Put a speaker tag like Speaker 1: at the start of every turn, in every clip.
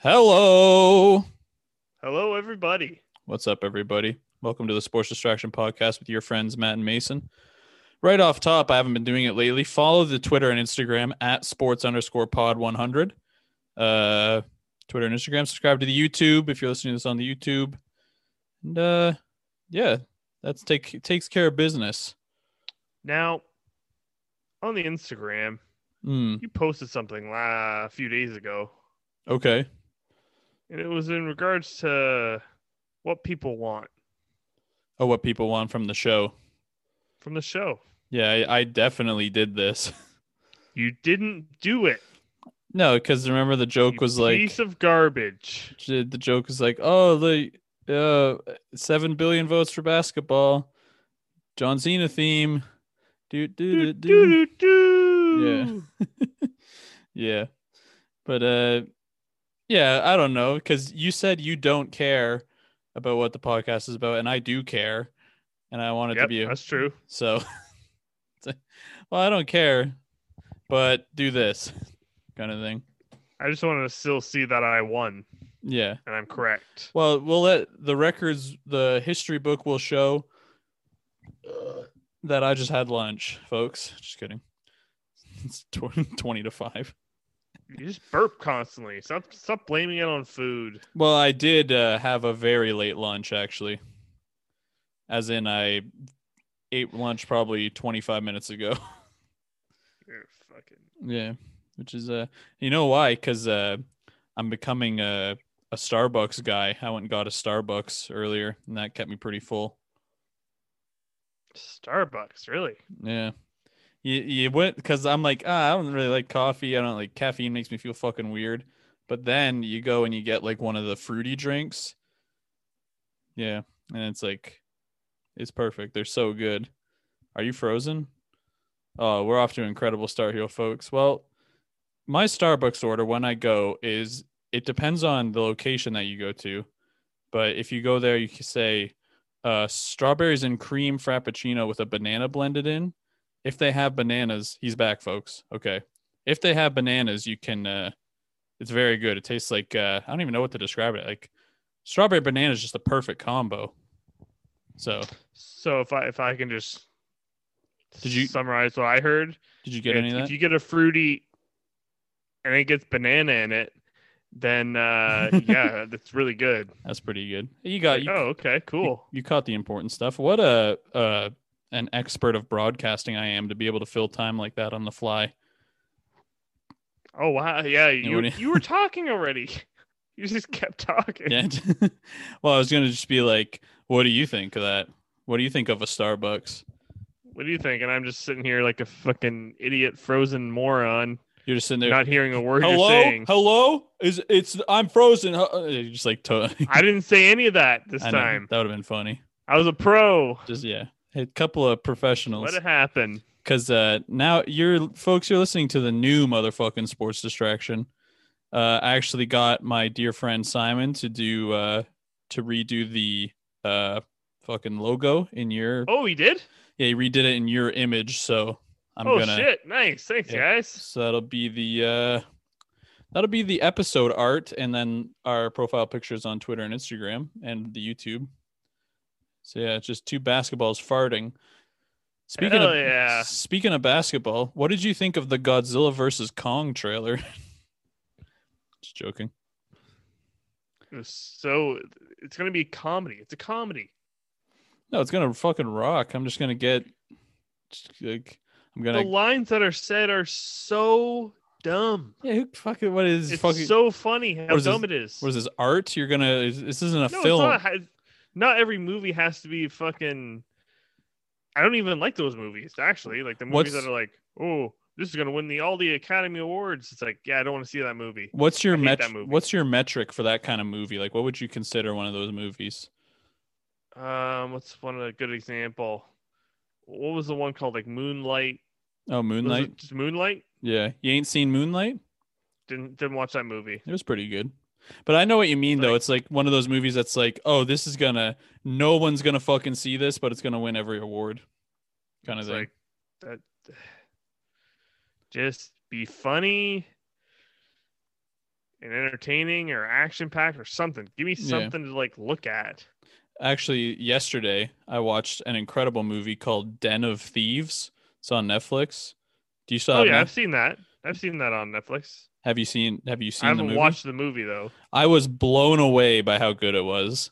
Speaker 1: Hello.
Speaker 2: Hello, everybody.
Speaker 1: What's up, everybody? Welcome to the Sports Distraction Podcast with your friends, Matt and Mason. Right off top, I haven't been doing it lately. Follow the Twitter and Instagram at sports underscore pod 100. Uh, Twitter and Instagram. Subscribe to the YouTube if you're listening to this on the YouTube. And uh, yeah, that's take takes care of business.
Speaker 2: Now, on the Instagram,
Speaker 1: Mm,
Speaker 2: you posted something la- a few days ago,
Speaker 1: okay.
Speaker 2: and it was in regards to what people want
Speaker 1: Oh, what people want from the show.
Speaker 2: from the show.
Speaker 1: Yeah, I, I definitely did this.
Speaker 2: You didn't do it.
Speaker 1: no, because remember the
Speaker 2: you
Speaker 1: joke was like
Speaker 2: piece of garbage.
Speaker 1: j- the joke is like, oh, the uh, seven billion votes for basketball, John Cena theme, do do do do.
Speaker 2: Do, do, do.
Speaker 1: Yeah, but uh, yeah, I don't know because you said you don't care about what the podcast is about, and I do care, and I want it to
Speaker 2: Yep,
Speaker 1: be a-
Speaker 2: that's true.
Speaker 1: so. it's like, well, I don't care, but do this kind of thing.
Speaker 2: I just wanted to still see that I won,
Speaker 1: Yeah.
Speaker 2: and I'm correct.
Speaker 1: Well, we'll let the records, the history book will show uh, that I just had lunch, folks. Just kidding. It's 20, 20 to 5.
Speaker 2: You just burp constantly. Stop, stop blaming it on food.
Speaker 1: Well, I did uh, have a very late lunch, actually. As in, I ate lunch probably 25 minutes ago.
Speaker 2: You're fucking.
Speaker 1: yeah. Which is, uh, you know why? Because uh, I'm becoming a, a Starbucks guy. I went and got a Starbucks earlier, and that kept me pretty full.
Speaker 2: Starbucks, really?
Speaker 1: Yeah. You, you went because I'm like, ah, I don't really like coffee. I don't like caffeine, makes me feel fucking weird. But then you go and you get like one of the fruity drinks. Yeah. And it's like, it's perfect. They're so good. Are you frozen? Oh, we're off to an incredible start here, folks. Well, my Starbucks order when I go is it depends on the location that you go to. But if you go there, you can say, uh, strawberries and cream frappuccino with a banana blended in. If they have bananas, he's back, folks. Okay. If they have bananas, you can. Uh, it's very good. It tastes like uh, I don't even know what to describe it. Like strawberry banana is just the perfect combo. So
Speaker 2: So if I if I can just
Speaker 1: Did you-
Speaker 2: summarize what I heard?
Speaker 1: did you get
Speaker 2: if,
Speaker 1: any of
Speaker 2: if
Speaker 1: that?
Speaker 2: you get a fruity and it gets banana in it, then uh yeah, that's really good.
Speaker 1: That's pretty good. You got
Speaker 2: Like,
Speaker 1: Uh, you,
Speaker 2: oh, okay, cool.
Speaker 1: You, you caught the important stuff. What a uh, an expert of broadcasting I am to be able to fill time like that on the fly.
Speaker 2: Oh wow, yeah, you
Speaker 1: what do
Speaker 2: you were talking already. You just kept talking.
Speaker 1: Yeah. well, I was gonna just be like, "What do you think of that? What do you think of a Starbucks?"
Speaker 2: What do you think? And I'm just sitting here like a fucking idiot, frozen moron,
Speaker 1: You're just sitting there.
Speaker 2: not hearing a word
Speaker 1: Hello,
Speaker 2: you're saying.
Speaker 1: hello. Is it's I'm frozen. Huh?" Uh, you're Just like to-
Speaker 2: I didn't say any of that this
Speaker 1: I know,
Speaker 2: time.
Speaker 1: That would have been funny.
Speaker 2: I was a pro.
Speaker 1: Just yeah, a couple of professionals.
Speaker 2: Let it happen.
Speaker 1: because uh, now you're folks you're listening to the new motherfucking sports distraction uh, i actually got my dear friend simon to do uh, to redo the uh, fucking logo in your
Speaker 2: Oh, he did?
Speaker 1: yeah he redid it in your image so i'm
Speaker 2: oh
Speaker 1: gonna
Speaker 2: shit. Nice. Thanks,
Speaker 1: Yeah.
Speaker 2: guys.
Speaker 1: so that'll be the uh, that'll be the episode art and then our profile pictures on twitter and instagram and the youtube so yeah it's just two basketballs farting speaking
Speaker 2: Hell
Speaker 1: of
Speaker 2: yeah.
Speaker 1: speaking of basketball what did you think of the godzilla versus kong trailer just joking
Speaker 2: It was so it's gonna be a comedy. It's a comedy.
Speaker 1: no it's gonna fucking rock i'm just gonna get just, like i'm
Speaker 2: The
Speaker 1: gonna
Speaker 2: lines that are said are so dumb.
Speaker 1: yeah who fucking what is
Speaker 2: It's
Speaker 1: fucking
Speaker 2: so funny how
Speaker 1: is this-
Speaker 2: dumb it is.
Speaker 1: what is this art you're gonna this isn't a
Speaker 2: no,
Speaker 1: film
Speaker 2: it's not. Not every movie has to be fucking. I don't even like those movies actually. Like the
Speaker 1: What's-
Speaker 2: movies that are like, oh, this is gonna win the all the Academy Awards. It's like, yeah, I don't want to see that movie.
Speaker 1: What's your
Speaker 2: I hate
Speaker 1: metric?
Speaker 2: that movie.
Speaker 1: What's your metric for that kind of movie? Like, what would you consider one of those movies?
Speaker 2: Um, what's one a good example? What was the one called? Like Moonlight.
Speaker 1: Oh,
Speaker 2: Was it
Speaker 1: Moonlight.
Speaker 2: just Moonlight.
Speaker 1: Yeah, you ain't seen Moonlight.
Speaker 2: Didn't didn't watch that movie.
Speaker 1: It was pretty good. But I know what you mean, though. It's like one of those movies that's like, oh, this is gonna, no one's gonna fucking see this, but it's gonna win every award, kind of
Speaker 2: It's
Speaker 1: thing.
Speaker 2: like that just be funny and entertaining or action packed or something. Give me
Speaker 1: Yeah.
Speaker 2: something to like look at.
Speaker 1: Actually, yesterday I watched an incredible movie called Den of Thieves. It's on Netflix. Do you still
Speaker 2: oh
Speaker 1: have,
Speaker 2: yeah,
Speaker 1: Net-
Speaker 2: I've seen that. I've seen that on Netflix.
Speaker 1: have you seen have you seen
Speaker 2: I
Speaker 1: the
Speaker 2: haven't
Speaker 1: movie?
Speaker 2: watched the movie though.
Speaker 1: I was blown away by how good it was.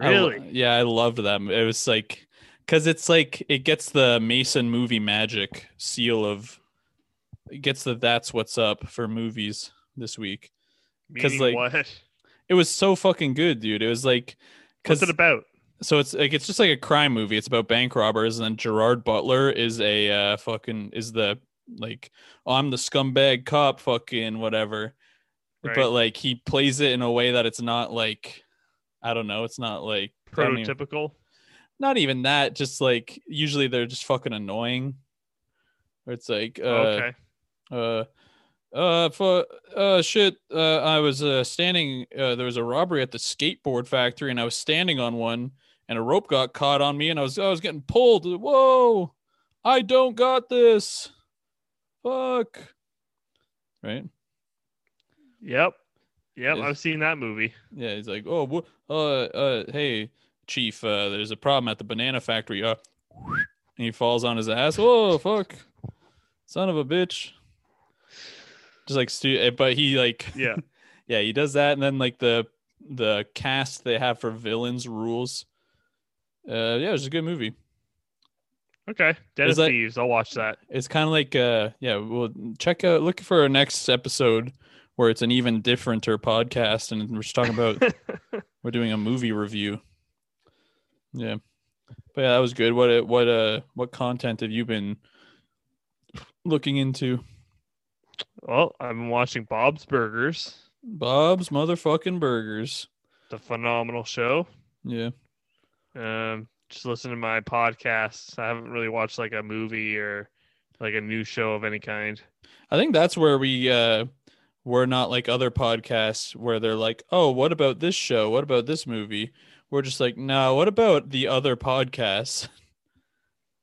Speaker 1: I lo-
Speaker 2: Really?
Speaker 1: yeah, I loved them. It was like because it's like it gets the Mason movie magic seal of it gets the that's what's up for movies this week. 'cause,
Speaker 2: Meaning
Speaker 1: like,
Speaker 2: what?
Speaker 1: It was so fucking good, dude. It was like
Speaker 2: What's
Speaker 1: because
Speaker 2: it about?
Speaker 1: so it's like it's just like a crime movie. It's about bank robbers, and then Gerard Butler is a uh, fucking is the like I'm the scumbag cop, fucking whatever.
Speaker 2: Right.
Speaker 1: But like he plays it in a way that it's not like I don't know. It's not like I don't even-
Speaker 2: Prototypical.
Speaker 1: not even that just like usually they're just fucking annoying Or it's like uh
Speaker 2: okay.
Speaker 1: uh uh for uh shit uh i was uh standing uh there was a robbery at the skateboard factory and i was standing on one and a rope got caught on me and i was i was getting pulled whoa i don't got this fuck right
Speaker 2: Yep. Yep.
Speaker 1: Yes.
Speaker 2: I've seen that movie.
Speaker 1: Yeah, he's like, oh, wha- uh, uh, hey, chief, uh, there's a problem at the banana factory. Uh, and he falls on his ass. Whoa, fuck, son of a bitch. Just like, stu- eh, but he like,
Speaker 2: Yeah.
Speaker 1: yeah, he does that, and then like the the cast they have for villains rules. Uh, yeah, it was a good movie.
Speaker 2: Okay. Dead
Speaker 1: Is
Speaker 2: of
Speaker 1: that-
Speaker 2: Thieves. I'll watch that.
Speaker 1: It's kind of like, uh, yeah, well, check out, look for our next episode where it's an even differenter podcast, and we're just talking about We're doing a movie review. Yeah. But yeah, that was good. What what uh what content have you been looking into?
Speaker 2: well, I've been watching Bob's Burgers.
Speaker 1: Bob's motherfucking burgers.
Speaker 2: It's a phenomenal show.
Speaker 1: Yeah.
Speaker 2: Um, just listen to my podcasts. I haven't really watched like a movie or like a new show of any kind.
Speaker 1: I think that's where we uh we're not like other podcasts where they're like, "Oh, what about this show? What about this movie?" We're just like, "No, what about the other podcasts?"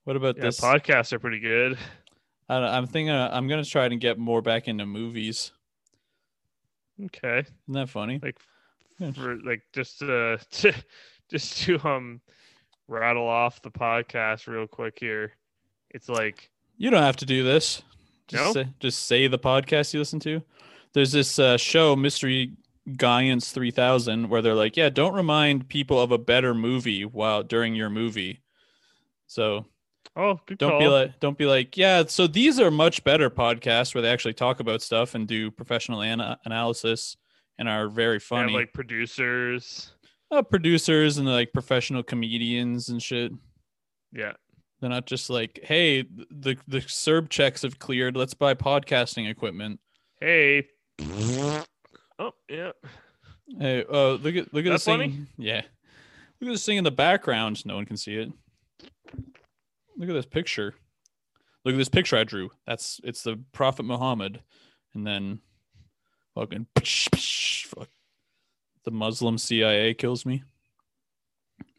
Speaker 1: What about
Speaker 2: Yeah,
Speaker 1: this?
Speaker 2: podcasts are pretty good.
Speaker 1: I don't, I'm thinking uh, I'm going to try and get more back into movies.
Speaker 2: Okay.
Speaker 1: Isn't that funny?
Speaker 2: Like
Speaker 1: Yeah.
Speaker 2: for like just uh just to um rattle off the podcast real quick here. It's like
Speaker 1: You don't have to do this. Just
Speaker 2: No?
Speaker 1: say, just say the podcast you listen to. There's this uh, show, Mystery Giants 3000, where they're like, yeah, don't remind people of a better movie while during your movie. So
Speaker 2: oh good
Speaker 1: don't
Speaker 2: call.
Speaker 1: be like, don't be like, yeah. So these are much better podcasts where they actually talk about stuff and do professional ana- analysis and are very
Speaker 2: They have,
Speaker 1: funny.
Speaker 2: like producers.
Speaker 1: uh, producers and like professional comedians and shit.
Speaker 2: Yeah.
Speaker 1: They're not just like, hey, th- the the Serb checks have cleared. Let's buy podcasting equipment.
Speaker 2: Hey. Oh yeah.
Speaker 1: Hey, uh, look at look at
Speaker 2: That
Speaker 1: this
Speaker 2: funny?
Speaker 1: thing. Yeah, look at this thing in the background. No one can see it. Look at this picture. Look at this picture I drew. That's it's the Prophet Muhammad, and then fucking fuck. The Muslim CIA kills me.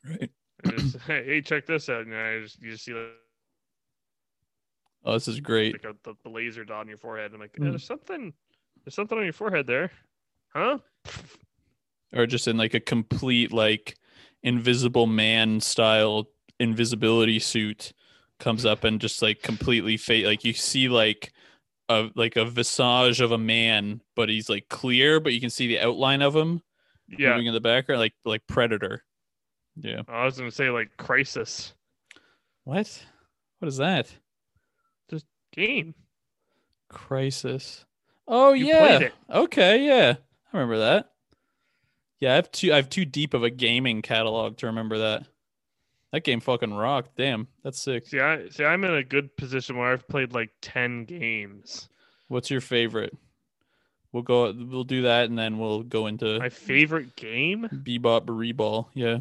Speaker 1: Right.
Speaker 2: I just- hey, check this out. And I just you just see like,
Speaker 1: Oh, this is great.
Speaker 2: like a, the, the laser dot on your forehead. I'm like,
Speaker 1: Mm.
Speaker 2: "Yeah, there's something there's something on your forehead there. Huh?
Speaker 1: or just in like a complete like invisible man style invisibility suit comes up and just like completely fade like you see like a like a visage of a man but he's like clear but you can see the outline of him
Speaker 2: Yeah.
Speaker 1: moving in the background like like predator yeah
Speaker 2: I was gonna say like crisis
Speaker 1: what what is that
Speaker 2: game.
Speaker 1: crisis oh
Speaker 2: You
Speaker 1: yeah
Speaker 2: played it.
Speaker 1: okay yeah i remember that yeah i have too i have too deep of a gaming catalog to remember that that game fucking rocked damn that's sick
Speaker 2: See, I see. I'm in a good position where I've played like ten games.
Speaker 1: What's your favorite? We'll go. We'll do that, and then we'll go into
Speaker 2: My favorite game,
Speaker 1: bebop reball. Yeah,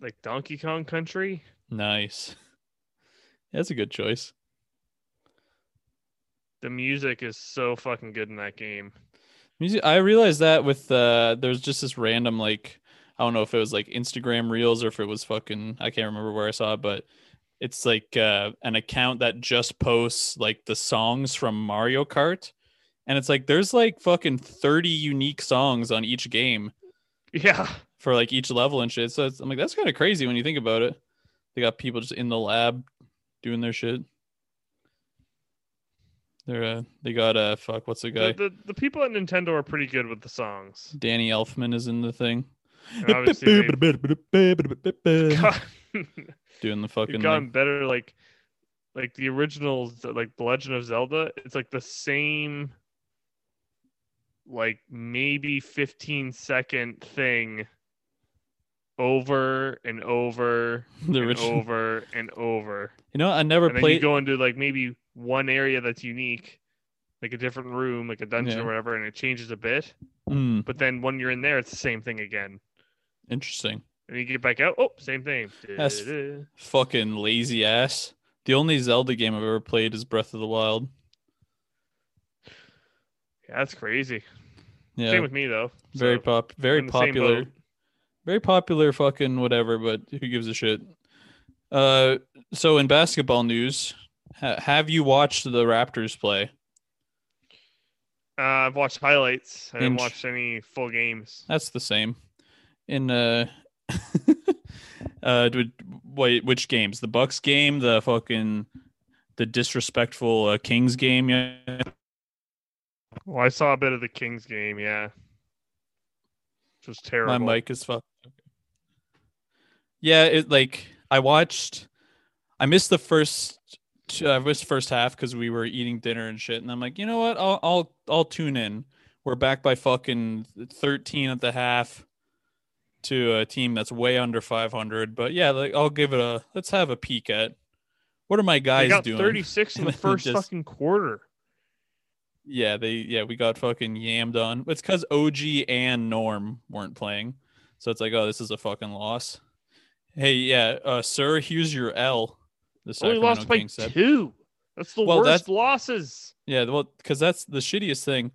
Speaker 2: like Donkey Kong Country.
Speaker 1: nice. That's a good choice.
Speaker 2: The music is so fucking good in that game.
Speaker 1: Music. I realized that with uh, there's just this random like I don't know if it was like Instagram Reels or if it was fucking I can't remember where I saw it, but it's like uh, an account that just posts like the songs from Mario Kart, and it's like there's like fucking 30 unique songs on each game
Speaker 2: Yeah.
Speaker 1: for like each level and shit. So it's, I'm like, that's kind of crazy when you think about it. They got people just in the lab doing their shit. They're uh, they got uh, fuck, what's the
Speaker 2: The,
Speaker 1: guy?
Speaker 2: the, the people at Nintendo are pretty good with the songs.
Speaker 1: Danny Elfman is in the thing.
Speaker 2: And obviously, they've gotten,
Speaker 1: Doing the
Speaker 2: they've
Speaker 1: fucking
Speaker 2: gotten
Speaker 1: like,
Speaker 2: better. Like, like the original, Z- like The Legend of Zelda, it's like the same, like maybe 15 second thing over and over
Speaker 1: the
Speaker 2: and
Speaker 1: original.
Speaker 2: over and over.
Speaker 1: You know, I never
Speaker 2: and then you
Speaker 1: played.
Speaker 2: go into like maybe one area that's unique, like a different room, like a dungeon
Speaker 1: Yeah.
Speaker 2: or whatever, and it changes a bit.
Speaker 1: Mm,
Speaker 2: But then when you're in there, it's the same thing again.
Speaker 1: interesting.
Speaker 2: And you get back out, oh, same thing.
Speaker 1: That's-
Speaker 2: Duh-duh.
Speaker 1: Fucking lazy ass. The only Zelda game I've ever played is Breath of the Wild.
Speaker 2: Yeah, that's crazy.
Speaker 1: Yeah.
Speaker 2: Same with me though.
Speaker 1: very
Speaker 2: So,
Speaker 1: pop very
Speaker 2: in the same
Speaker 1: popular
Speaker 2: boat.
Speaker 1: very popular fucking whatever but who gives a shit uh so in basketball news ha- have you watched the raptors play
Speaker 2: uh, I've watched highlights. I haven't
Speaker 1: Int-
Speaker 2: watched any full games.
Speaker 1: that's the same in uh uh did- wait which games the bucks game the fucking the disrespectful uh, kings game yeah
Speaker 2: Well, I saw a bit of the Kings game, yeah. Which was terrible.
Speaker 1: my mic is fucked yeah it like i watched i missed the first t- i missed first half because we were eating dinner and shit and i'm like you know what i'll i'll i'll tune in we're back by fucking 13 at the half to a team that's way under 500 but yeah like i'll give it a let's have a peek at what are my
Speaker 2: They
Speaker 1: guys
Speaker 2: got
Speaker 1: doing
Speaker 2: 36 in the
Speaker 1: And then
Speaker 2: first
Speaker 1: just-
Speaker 2: fucking quarter.
Speaker 1: Yeah, they yeah, we got fucking yammed on. It's cause OG and Norm weren't playing. So it's like, oh, this is a fucking loss. Hey, yeah, uh sir, here's your L. The
Speaker 2: Only
Speaker 1: Sacramento
Speaker 2: lost by
Speaker 1: King said.
Speaker 2: two. That's the
Speaker 1: Well,
Speaker 2: worst
Speaker 1: that's-
Speaker 2: losses.
Speaker 1: Yeah, well, because that's the shittiest thing.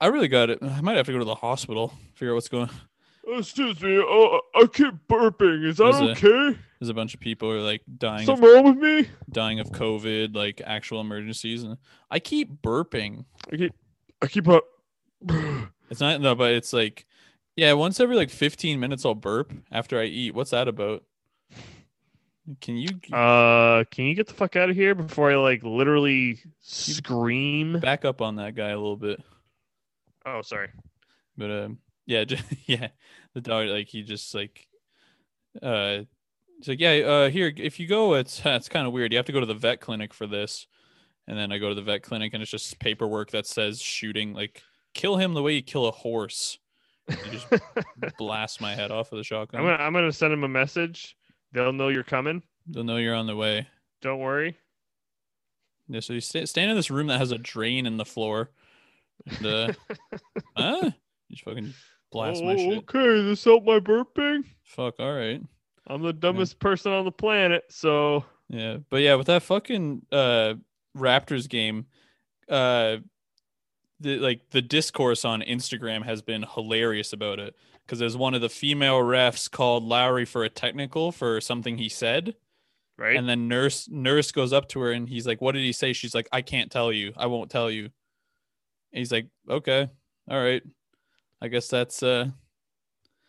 Speaker 1: I really got it. I might have to go to the hospital, figure out what's going
Speaker 2: Oh, Excuse me, uh, I keep burping. Is
Speaker 1: that Is
Speaker 2: okay?
Speaker 1: There's a bunch of people who are like dying of,
Speaker 2: wrong with me?
Speaker 1: dying of COVID, like actual emergencies. And I keep burping.
Speaker 2: I keep, I keep up.
Speaker 1: It's not no, but it's like yeah, once every like 15 minutes I'll burp after I eat. What's that about? Can you g-
Speaker 2: Uh, can you get the fuck out of here before I like literally scream?
Speaker 1: back up on that guy a little bit?
Speaker 2: Oh, sorry.
Speaker 1: But um yeah, just, yeah. The dog like he just like uh it's like yeah, uh here if you go it's it's kind of weird. You have to go to the vet clinic for this. And then I go to the vet clinic and it's just paperwork that says shooting like kill him the way you kill a horse. You just blast my head off with a shotgun.
Speaker 2: I'm gonna, I'm gonna send him a message. They'll know you're coming.
Speaker 1: They'll know you're on the way.
Speaker 2: Don't worry.
Speaker 1: Yeah, so you sta stand in this room that has a drain in the floor. And, uh, huh? You just fucking blast my
Speaker 2: Oh,
Speaker 1: shit.
Speaker 2: Okay, this helped my burping.
Speaker 1: Fuck, all right.
Speaker 2: I'm the dumbest person on the planet, so
Speaker 1: Yeah, but yeah, with that fucking uh Raptors game, uh the like the discourse on Instagram has been hilarious about it because there's one of the female refs called Lowry for a technical for something he said,
Speaker 2: right.
Speaker 1: and then nurse nurse goes up to her and he's like, "What did he say?" She's like, "I can't tell you. I won't tell you." And he's like, "Okay, all right, I guess that's uh."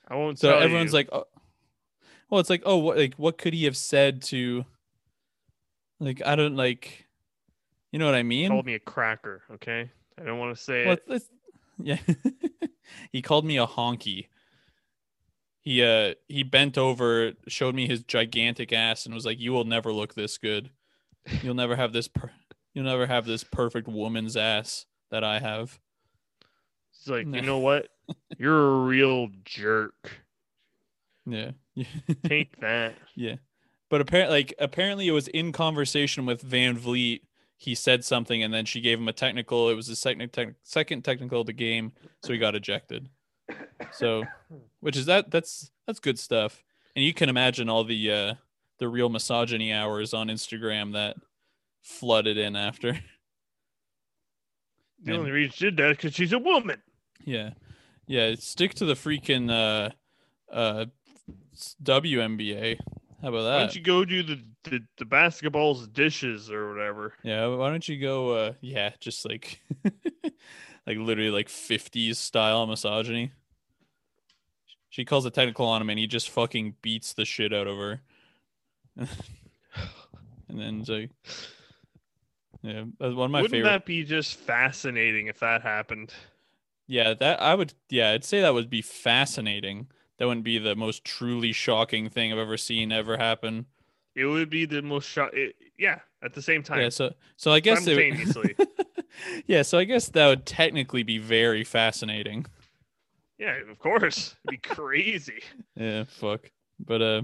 Speaker 2: I won't.
Speaker 1: So
Speaker 2: tell
Speaker 1: everyone's
Speaker 2: you.
Speaker 1: like, oh. well, it's like, oh, what, like, what could he have said to, like, I don't like, you know what I mean?
Speaker 2: called me a cracker. Okay, I don't want to say
Speaker 1: Well,
Speaker 2: it.
Speaker 1: it's- yeah, he called me a honky. He uh he bent over, showed me his gigantic ass, and was like, "You will never look this good. You'll never have this. Per- you'll never have this perfect woman's ass that I have."
Speaker 2: It's like,
Speaker 1: No.
Speaker 2: you know what? You're a real jerk.
Speaker 1: Yeah.
Speaker 2: Take that.
Speaker 1: Yeah. But apparently like apparently it was in conversation with Van Vliet. He said something and then she gave him a technical. It was the second tech second technical of the game, so he got ejected. So which is that that's that's good stuff. And you can imagine all the uh the real misogyny hours on Instagram that flooded in after.
Speaker 2: The
Speaker 1: And-
Speaker 2: only reason she did that is because she's a woman.
Speaker 1: Yeah. Yeah, stick to the freaking uh uh WNBA. How about
Speaker 2: Why
Speaker 1: that? Uh,
Speaker 2: don't you go do the the the basketball's dishes or whatever.
Speaker 1: Yeah, why don't you go? Uh, yeah, just like, like literally like fifties style misogyny. She calls a technical on him, and he just fucking beats the shit out of her. and then it's like, yeah, that's one of my
Speaker 2: Wouldn't
Speaker 1: favorite.
Speaker 2: that be just fascinating if that happened?
Speaker 1: Yeah, that I would. Yeah, I'd say that would be fascinating. That wouldn't be the most truly shocking thing I've ever seen ever happen.
Speaker 2: It would be the most shot. It, yeah, at the same time,
Speaker 1: Yeah, so so I guess it,
Speaker 2: simultaneously.
Speaker 1: yeah, so I guess that would technically be very fascinating.
Speaker 2: yeah, of course, It'd be crazy.
Speaker 1: Yeah, fuck. But uh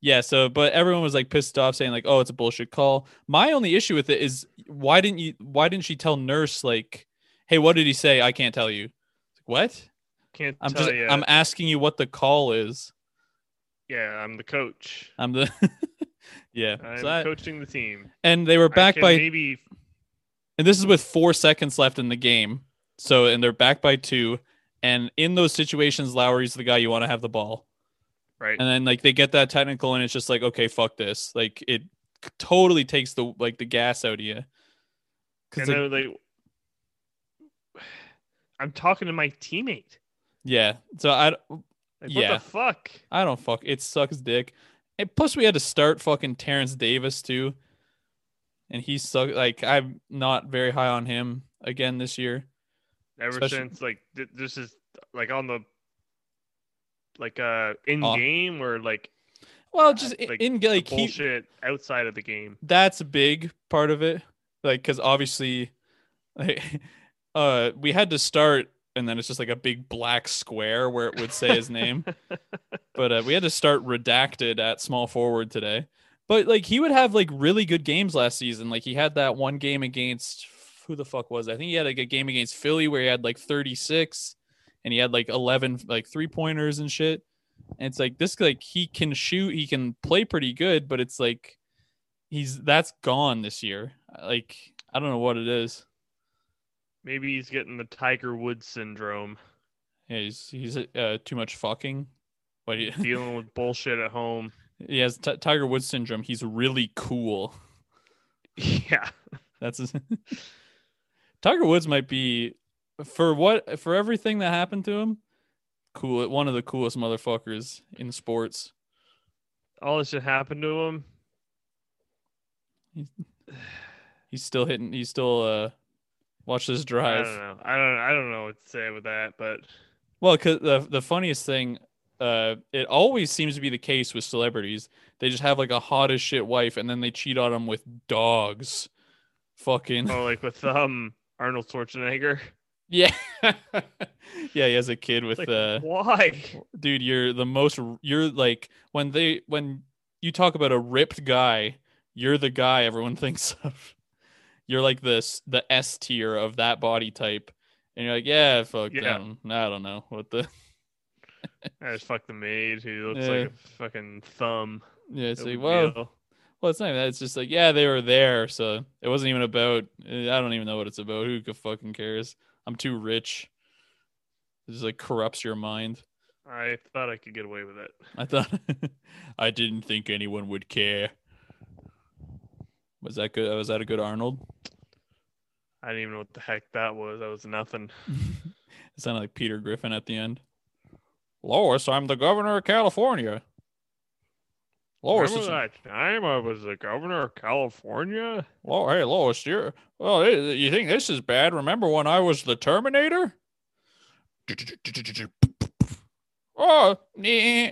Speaker 1: yeah, so but everyone was like pissed off saying like, "Oh, it's a bullshit call." My only issue with it is why didn't you why didn't she tell nurse like, "Hey, what did he say? I can't tell you." What?
Speaker 2: Can't
Speaker 1: I'm
Speaker 2: tell
Speaker 1: just
Speaker 2: you.
Speaker 1: I'm asking you what the call is.
Speaker 2: yeah, I'm the coach.
Speaker 1: I'm the Yeah.
Speaker 2: I'm
Speaker 1: so I-
Speaker 2: coaching the team.
Speaker 1: and they were
Speaker 2: I
Speaker 1: back
Speaker 2: can
Speaker 1: by
Speaker 2: maybe
Speaker 1: and this is with four seconds left in the game. So and they're back by two. And in those situations, Lowry's the guy you want to have the ball.
Speaker 2: right.
Speaker 1: And then like they get that technical and it's just like, okay, fuck this. Like it totally takes the like the gas out of you.
Speaker 2: And
Speaker 1: Cause like,
Speaker 2: then like, I'm talking to my teammate.
Speaker 1: yeah. So I
Speaker 2: Like,
Speaker 1: Yeah.
Speaker 2: What the fuck?
Speaker 1: I don't fuck it sucks dick. And plus we had to start fucking Terrence Davis too. And he suck like I'm not very high on him again this year.
Speaker 2: Ever
Speaker 1: Especially-
Speaker 2: since like th- this is like on the like uh in
Speaker 1: Off-
Speaker 2: game or like
Speaker 1: Well, just
Speaker 2: like,
Speaker 1: in
Speaker 2: the
Speaker 1: like he,
Speaker 2: bullshit outside of the game.
Speaker 1: that's a big part of it like because obviously like, uh we had to start and then it's just like a big black square where it would say his name but uh, we had to start redacted at small forward today but like he would have like really good games last season like he had that one game against who the fuck was it? i think he had like a game against philly where he had like 36 and he had like 11 like three pointers and shit and it's like this like he can shoot he can play pretty good but it's like he's that's gone this year. Like I don't know what it is.
Speaker 2: Maybe he's getting the Tiger Woods syndrome,
Speaker 1: Yeah, he's he's uh, too much fucking. What he,
Speaker 2: dealing with bullshit at home.
Speaker 1: he has t- Tiger Woods syndrome. He's really cool.
Speaker 2: Yeah.
Speaker 1: That's his Tiger Woods might be for what for everything that happened to him. Cool, one of the coolest motherfuckers in sports.
Speaker 2: All this shit happened to him.
Speaker 1: He's still hitting. He's still uh, watch this
Speaker 2: I
Speaker 1: drive.
Speaker 2: don't know. I don't I don't know what to say with that, but
Speaker 1: Well, because the the funniest thing, uh, it always seems to be the case with celebrities. They just have like a hot as shit wife, and then they cheat on them with dogs. Fucking
Speaker 2: oh like with um Arnold Schwarzenegger.
Speaker 1: yeah, yeah. He has a kid with
Speaker 2: Like,
Speaker 1: uh,
Speaker 2: why?
Speaker 1: dude. You're the most. You're like when they when you talk about a ripped guy, you're the guy everyone thinks of. You're like this the S tier of that body type, and you're like, yeah, fuck
Speaker 2: Yeah.
Speaker 1: them. I don't know what the
Speaker 2: I just fuck the maid who looks
Speaker 1: Yeah.
Speaker 2: like a fucking thumb.
Speaker 1: yeah. It's
Speaker 2: No
Speaker 1: like
Speaker 2: big
Speaker 1: whoa.
Speaker 2: deal.
Speaker 1: Well, it's not even that. It's just like, yeah, they were there. So it wasn't even about, eh, I don't even know what it's about. Who could fucking cares? I'm too rich. It just like corrupts your mind.
Speaker 2: I thought I could get away with it.
Speaker 1: I thought, I didn't think anyone would care. Was that good? Was that a good Arnold?
Speaker 2: I didn't even know what the heck that was. That was nothing.
Speaker 1: It sounded like Peter Griffin at the end. Lois, I'm the governor of California. Lois,
Speaker 2: Remember
Speaker 1: it's-
Speaker 2: that time I was the governor of California?
Speaker 1: Lo- hey, Lois, you're. Well, hey, you think this is bad? Remember when I was the Terminator? Oh, nah.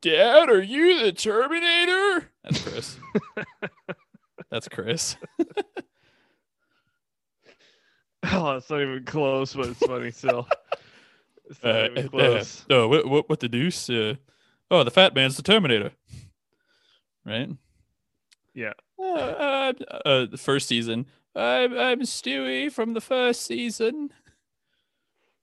Speaker 1: Dad, are you the Terminator? That's Chris. That's Chris.
Speaker 2: Oh, it's not even close, but it's funny still. It's not
Speaker 1: Uh,
Speaker 2: even
Speaker 1: uh,
Speaker 2: close.
Speaker 1: uh, what, what, what the deuce? Uh, oh, the fat man's the Terminator. Right?
Speaker 2: Yeah.
Speaker 1: Uh, uh, uh, the first season. I'm, I'm Stewie from the first season.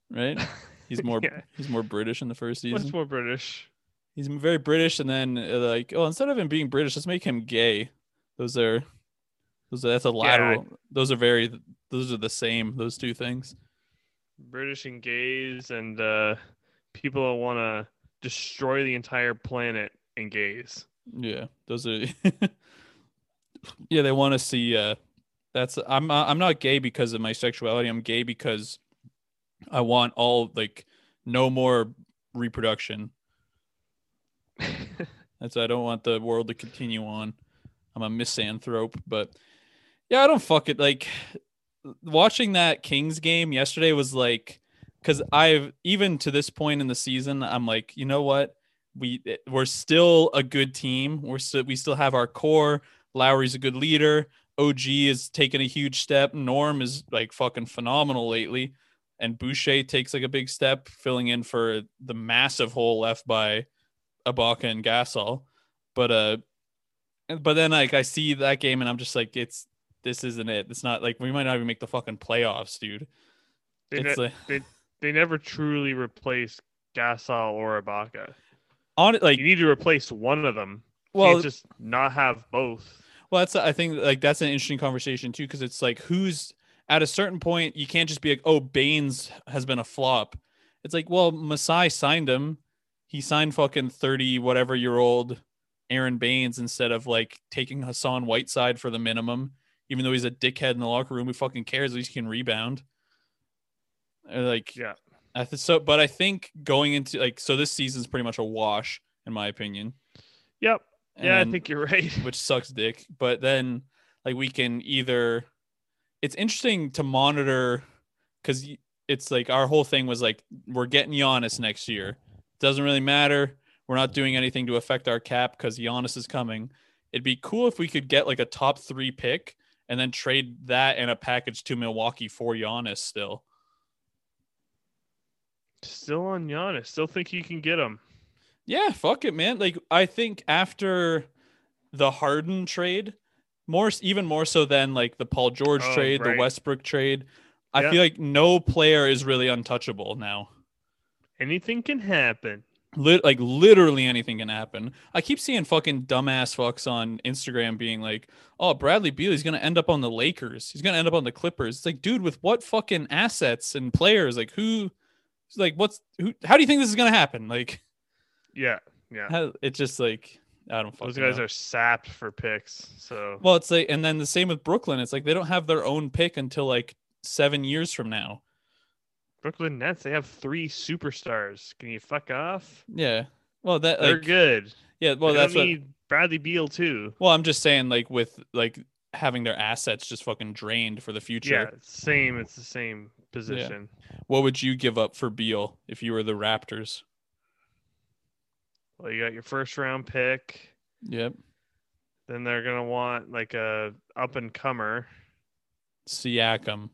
Speaker 1: Right? He's more
Speaker 2: Yeah.
Speaker 1: he's more British in the first
Speaker 2: What's
Speaker 1: season.
Speaker 2: more British?
Speaker 1: He's very British, and then uh, like, oh, instead of him being British, let's make him gay. Those are those. Are, that's a lateral. Those are very. Those are the same. Those two things.
Speaker 2: British and gays and uh, people that want to destroy the entire planet and gays.
Speaker 1: Yeah, those are. yeah, they want to see. Uh, that's I'm uh, I'm not gay because of my sexuality. I'm gay because I want all like no more reproduction. That's I don't want the world to continue on. I'm a misanthrope, but yeah, I don't fuck it. Like watching that Kings game yesterday was like because I've even to this point in the season, I'm like, you know what? We eh, we're still a good team. We're still we still have our core. Lowry's a good leader. OG is taking a huge step. Norm is like fucking phenomenal lately. And Boucher takes like a big step, filling in for the massive hole left by Ibaka and Gasol. But uh but then like I see that game and I'm just like it's this isn't it. It's not like we might not even make the fucking playoffs, dude.
Speaker 2: They,
Speaker 1: It's
Speaker 2: ne-
Speaker 1: like
Speaker 2: they, they never truly replaced Gasol or Ibaka.
Speaker 1: on it like
Speaker 2: You need to replace one of them. Well,
Speaker 1: well
Speaker 2: just not have both.
Speaker 1: well that's I think like that's an interesting conversation too because it's like who's at a certain point you can't just be like oh Baines has been a flop. It's like well Masai signed him. He signed fucking 30 whatever year old Aaron Baines instead of like taking Hassan Whiteside for the minimum even though he's a dickhead in the locker room who fucking cares at least he can rebound. Uh, Like
Speaker 2: Yeah.
Speaker 1: I th- so, but I think going into like so this season's pretty much a wash in my opinion.
Speaker 2: Yep. Yeah,
Speaker 1: And-
Speaker 2: I think you're right.
Speaker 1: which sucks dick. But then like we can either. It's interesting to monitor because it's like our whole thing was like we're getting Giannis next year. Doesn't really matter. We're not doing anything to affect our cap because Giannis is coming. It'd be cool if we could get like a top three pick and then trade that and a package to Milwaukee for Giannis still.
Speaker 2: Still on Giannis. Still think you can get him.
Speaker 1: Yeah, fuck it, man. Like I think after the Harden trade, more s- even more so than like the Paul George
Speaker 2: Oh,
Speaker 1: trade,
Speaker 2: right.
Speaker 1: the Westbrook trade, I
Speaker 2: Yeah.
Speaker 1: feel like no player is really untouchable now.
Speaker 2: Anything can happen.
Speaker 1: Lit- like literally anything can happen. I keep seeing fucking dumbass fucks on Instagram being like, "Oh, Bradley Beal's going to end up on the Lakers. He's going to end up on the Clippers." It's like, dude, with what fucking assets and players? Like who it's like what's who how do you think this is going to happen? Like
Speaker 2: Yeah. Yeah.
Speaker 1: how, it's just like I don't fucking
Speaker 2: Those guys
Speaker 1: know.
Speaker 2: are sapped for picks. So
Speaker 1: Well, it's like, and then the same with Brooklyn. It's like they don't have their own pick until like seven years from now.
Speaker 2: Brooklyn Nets, they have three superstars. Can you fuck off?
Speaker 1: Yeah. Well, that
Speaker 2: They're
Speaker 1: like,
Speaker 2: good.
Speaker 1: yeah. Well,
Speaker 2: they
Speaker 1: that's
Speaker 2: don't
Speaker 1: what.
Speaker 2: need Bradley Beal too.
Speaker 1: Well, I'm just saying, like with like having their assets just fucking drained for the
Speaker 2: Yeah,
Speaker 1: future.
Speaker 2: same. It's the same position.
Speaker 1: What would you give up for Beal if you were the Raptors?
Speaker 2: Well, you got your first round pick.
Speaker 1: Yep.
Speaker 2: Then they're gonna want like a up and comer.
Speaker 1: Siakam.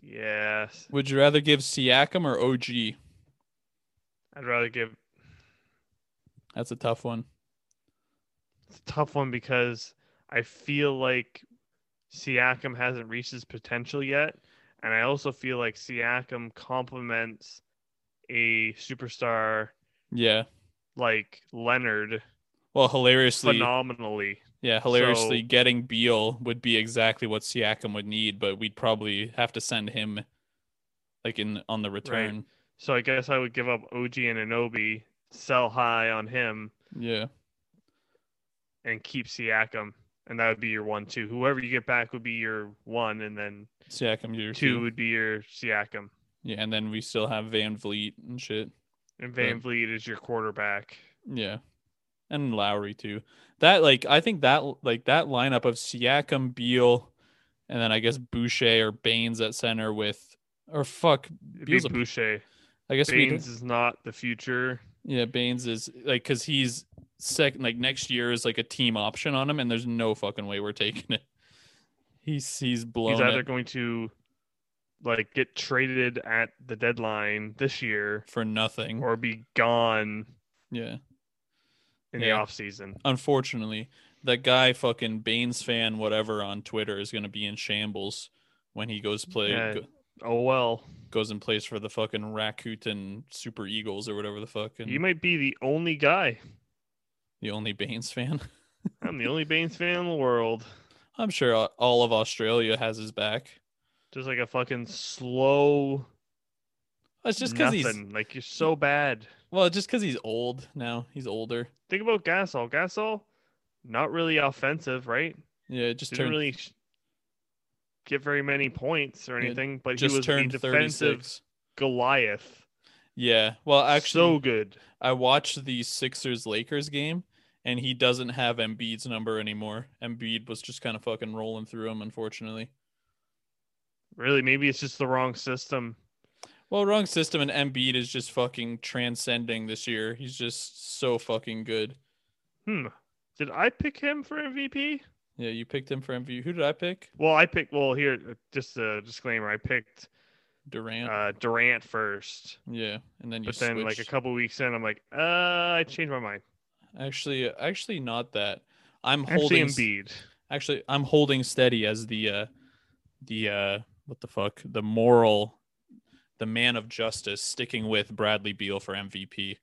Speaker 2: Yes,
Speaker 1: Would you rather give Siakam or OG?
Speaker 2: I'd rather give.
Speaker 1: That's a tough one.
Speaker 2: It's a tough one because I feel like Siakam hasn't reached his potential yet, and I also feel like Siakam complements a superstar
Speaker 1: Yeah.
Speaker 2: like Leonard
Speaker 1: Well, hilariously,
Speaker 2: phenomenally.
Speaker 1: yeah, hilariously,
Speaker 2: so-
Speaker 1: getting Beal would be exactly what Siakam would need, but we'd probably have to send him like in on the return.
Speaker 2: So I guess I would give up OG and Anobi, sell high on him,
Speaker 1: Yeah.
Speaker 2: and keep Siakam, and that would be your one two. Whoever you get back would be your one, and then
Speaker 1: Siakam year
Speaker 2: two
Speaker 1: two.
Speaker 2: would be your Siakam,
Speaker 1: Yeah, and then we still have Van Vliet and shit.
Speaker 2: and Van Vliet is your quarterback.
Speaker 1: Yeah. And Lowry too. That like I think that like that lineup of Siakam, Beal, and then I guess Boucher or Baines at center with or fuck
Speaker 2: It'd be
Speaker 1: Beal's a-
Speaker 2: Boucher.
Speaker 1: I guess we
Speaker 2: Baines is not the future.
Speaker 1: yeah, Baines is like cuz he's second like next year is like a team option on him and there's no fucking way we're taking it. He's he's blown
Speaker 2: He's
Speaker 1: it.
Speaker 2: either going to like get traded at the deadline this year
Speaker 1: for nothing.
Speaker 2: or be gone
Speaker 1: yeah.
Speaker 2: in
Speaker 1: Yeah.
Speaker 2: the offseason.
Speaker 1: unfortunately, that guy fucking Baines fan whatever on Twitter is gonna be in shambles when he goes play
Speaker 2: Yeah.
Speaker 1: go-
Speaker 2: Oh well.
Speaker 1: goes and plays for the fucking Rakuten Super Eagles or whatever the fucking
Speaker 2: You might be the only guy.
Speaker 1: the only Baines fan.
Speaker 2: I'm the only Baines fan in the world.
Speaker 1: I'm sure all- all of Australia has his back.
Speaker 2: Just like a fucking slow
Speaker 1: It's just because he's
Speaker 2: Nothing. like you're so bad.
Speaker 1: well, just because he's old now. He's older.
Speaker 2: Think about Gasol. Gasol, not really offensive, right?
Speaker 1: Yeah, it just
Speaker 2: Didn't
Speaker 1: turned
Speaker 2: really sh- get very many points or
Speaker 1: Yeah,
Speaker 2: anything, but he
Speaker 1: just
Speaker 2: was a
Speaker 1: turned thirty
Speaker 2: defensive
Speaker 1: six.
Speaker 2: Goliath.
Speaker 1: Yeah. Well, actually,
Speaker 2: so good.
Speaker 1: I watched the Sixers Lakers game, and he doesn't have Embiid's number anymore. Embiid was just kind of fucking rolling through him, unfortunately.
Speaker 2: Really, maybe it's just the wrong system.
Speaker 1: Well, wrong system, and Embiid is just fucking transcending this year. He's just so fucking good.
Speaker 2: Hmm. Did I pick him for MVP?
Speaker 1: Yeah, you picked him for MVP. Who did I pick?
Speaker 2: Well, I picked. Well, here, just a disclaimer. I picked
Speaker 1: Durant.
Speaker 2: uh, Durant first,
Speaker 1: yeah, and then you
Speaker 2: but then like a
Speaker 1: switched.
Speaker 2: couple weeks in, I'm like, uh, I changed my mind.
Speaker 1: Actually, actually not that. I'm
Speaker 2: Actually,
Speaker 1: holding s-
Speaker 2: Embiid.
Speaker 1: actually I'm holding steady as the uh the uh what the fuck the moral the man of justice sticking with Bradley Beal for MVP.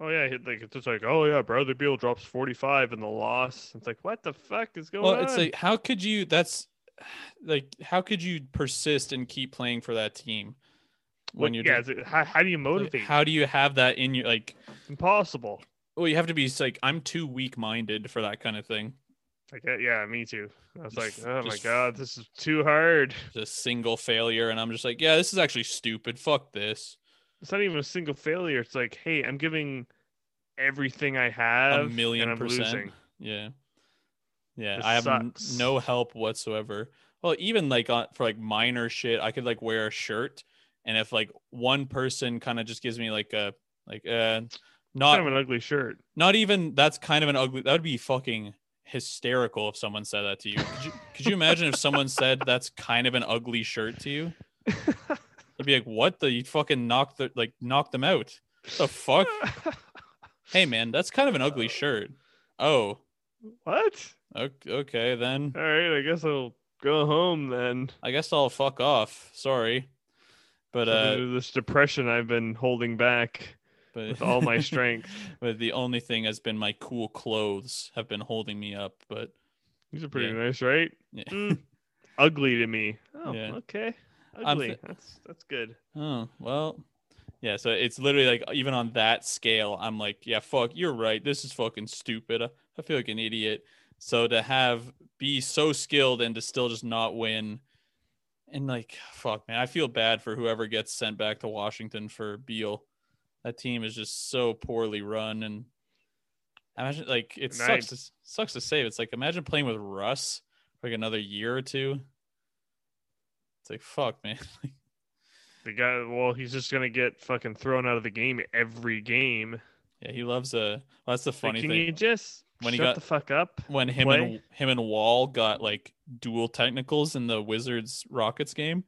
Speaker 2: Oh yeah, he- like it's just like, oh yeah, Bradley Beal drops 45 in the loss. It's like, what the fuck is going
Speaker 1: Well,
Speaker 2: on?
Speaker 1: it's like how could you that's like how could you persist and keep playing for that team when
Speaker 2: What-
Speaker 1: you're
Speaker 2: yeah,
Speaker 1: just-
Speaker 2: it's like, how, how do you
Speaker 1: like,
Speaker 2: motivate?
Speaker 1: how do you have that in your like
Speaker 2: It's impossible.
Speaker 1: well you have to be it's like I'm too weak minded for that kind of thing.
Speaker 2: Like, uh, yeah, me too. I was like,
Speaker 1: Just-
Speaker 2: oh my
Speaker 1: just-
Speaker 2: god, this is too hard.
Speaker 1: Just a single failure and I'm just like, yeah, this is actually stupid. Fuck this.
Speaker 2: it's not even a single failure. It's like, hey, I'm giving everything I have,
Speaker 1: million
Speaker 2: and I'm
Speaker 1: percent.
Speaker 2: losing.
Speaker 1: Yeah. Yeah,
Speaker 2: This
Speaker 1: I have n-
Speaker 2: sucks.
Speaker 1: no help whatsoever. Well, even like on, for like minor shit, I could like wear a shirt, and if like one person kind of just gives me like a like uh
Speaker 2: Kind of
Speaker 1: not
Speaker 2: an ugly shirt.
Speaker 1: not even that's kind of an ugly that would be fucking hysterical if someone said that to you. Could you, could you imagine if someone said that's kind of an ugly shirt to you? I'd be like, what the you fucking knocked the like knocked them out. The fuck? Hey man, that's kind of an ugly shirt. Oh,
Speaker 2: what?
Speaker 1: ok- okay then.
Speaker 2: All right, I guess I'll go home then.
Speaker 1: I guess I'll fuck off. Sorry. But uh
Speaker 2: this depression I've been holding back
Speaker 1: but
Speaker 2: with all my strength.
Speaker 1: but the only thing has been my cool clothes have been holding me up, but
Speaker 2: These are pretty
Speaker 1: Yeah.
Speaker 2: nice, right?
Speaker 1: Yeah.
Speaker 2: Mm, ugly to me. Oh,
Speaker 1: Yeah.
Speaker 2: okay.
Speaker 1: I'm
Speaker 2: Ugly.
Speaker 1: th-
Speaker 2: that's that's good.
Speaker 1: oh, well. Yeah, so it's literally like even on that scale, I'm like, yeah, fuck, you're right. This is fucking stupid. I I feel like an idiot. So to have be so skilled and to still just not win and like fuck man, I feel bad for whoever gets sent back to Washington for Beal. That team is just so poorly run and imagine like it
Speaker 2: And I-
Speaker 1: sucks to, sucks to say. but It's like imagine playing with Russ for like another year or two. It's like fuck man.
Speaker 2: The guy. Well, he's just gonna get fucking thrown out of the game every game.
Speaker 1: Yeah, he loves uh well, that's the
Speaker 2: Like,
Speaker 1: funny
Speaker 2: can
Speaker 1: thing.
Speaker 2: you just
Speaker 1: When he
Speaker 2: shut
Speaker 1: got-
Speaker 2: the fuck up?
Speaker 1: When him and
Speaker 2: play?
Speaker 1: him and Wall got like dual technicals in the Wizards Rockets game,